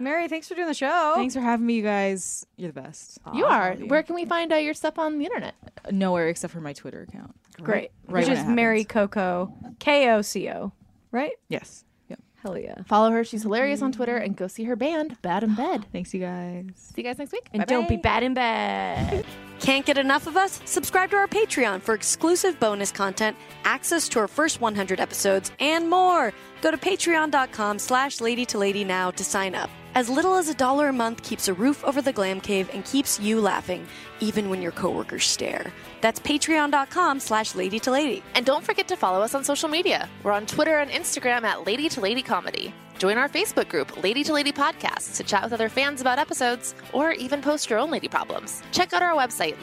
[SPEAKER 11] Mary, thanks for doing the show.
[SPEAKER 8] Thanks for having me, you guys. You're the best.
[SPEAKER 4] you are where can we find uh, your stuff on the internet
[SPEAKER 8] Nowhere except for my Twitter account.
[SPEAKER 11] Great,
[SPEAKER 8] Right
[SPEAKER 11] which
[SPEAKER 8] when
[SPEAKER 11] is
[SPEAKER 8] it happens.
[SPEAKER 11] Mary Coco, K O C O, right?
[SPEAKER 8] Yes. Yep.
[SPEAKER 11] Hell yeah.
[SPEAKER 4] follow her she's hilarious on Twitter and go see her band Bad in Bed
[SPEAKER 8] Thanks, you guys.
[SPEAKER 4] see you guys next week
[SPEAKER 11] And don't be bad in bed.
[SPEAKER 3] Can't get enough of us? Subscribe to our Patreon for exclusive bonus content, access to our first 100 episodes, and more. Go to patreon.com slash lady to lady now to sign up. As little as a dollar a month keeps a roof over the glam cave and keeps you laughing, even when your coworkers stare. That's patreon.com slash lady to lady.
[SPEAKER 4] And don't forget to follow us on social media. We're on Twitter and Instagram at Lady to Lady Comedy. Join our Facebook group, Lady to Lady Podcast, to chat with other fans about episodes or even post your own lady problems. Check out our website,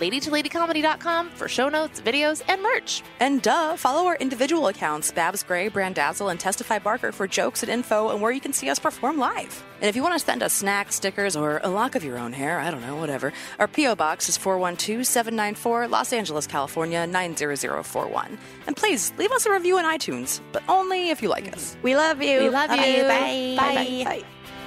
[SPEAKER 4] ladytoladycomedy.com, for show notes, videos, and merch.
[SPEAKER 12] And duh, follow our individual accounts, Babs Gray, Brandazzle, and Testify Barker for jokes and info and where you can see us perform live. And if you want to send us snacks, stickers, or a lock of your own hair, I don't know, whatever, our P.O. Box is 412-794 Los Angeles, California, 90041. And please, leave us a review on iTunes, but only if you like us.
[SPEAKER 3] We love you.
[SPEAKER 4] We love you.
[SPEAKER 3] Bye. Bye.
[SPEAKER 4] Bye.
[SPEAKER 3] Bye.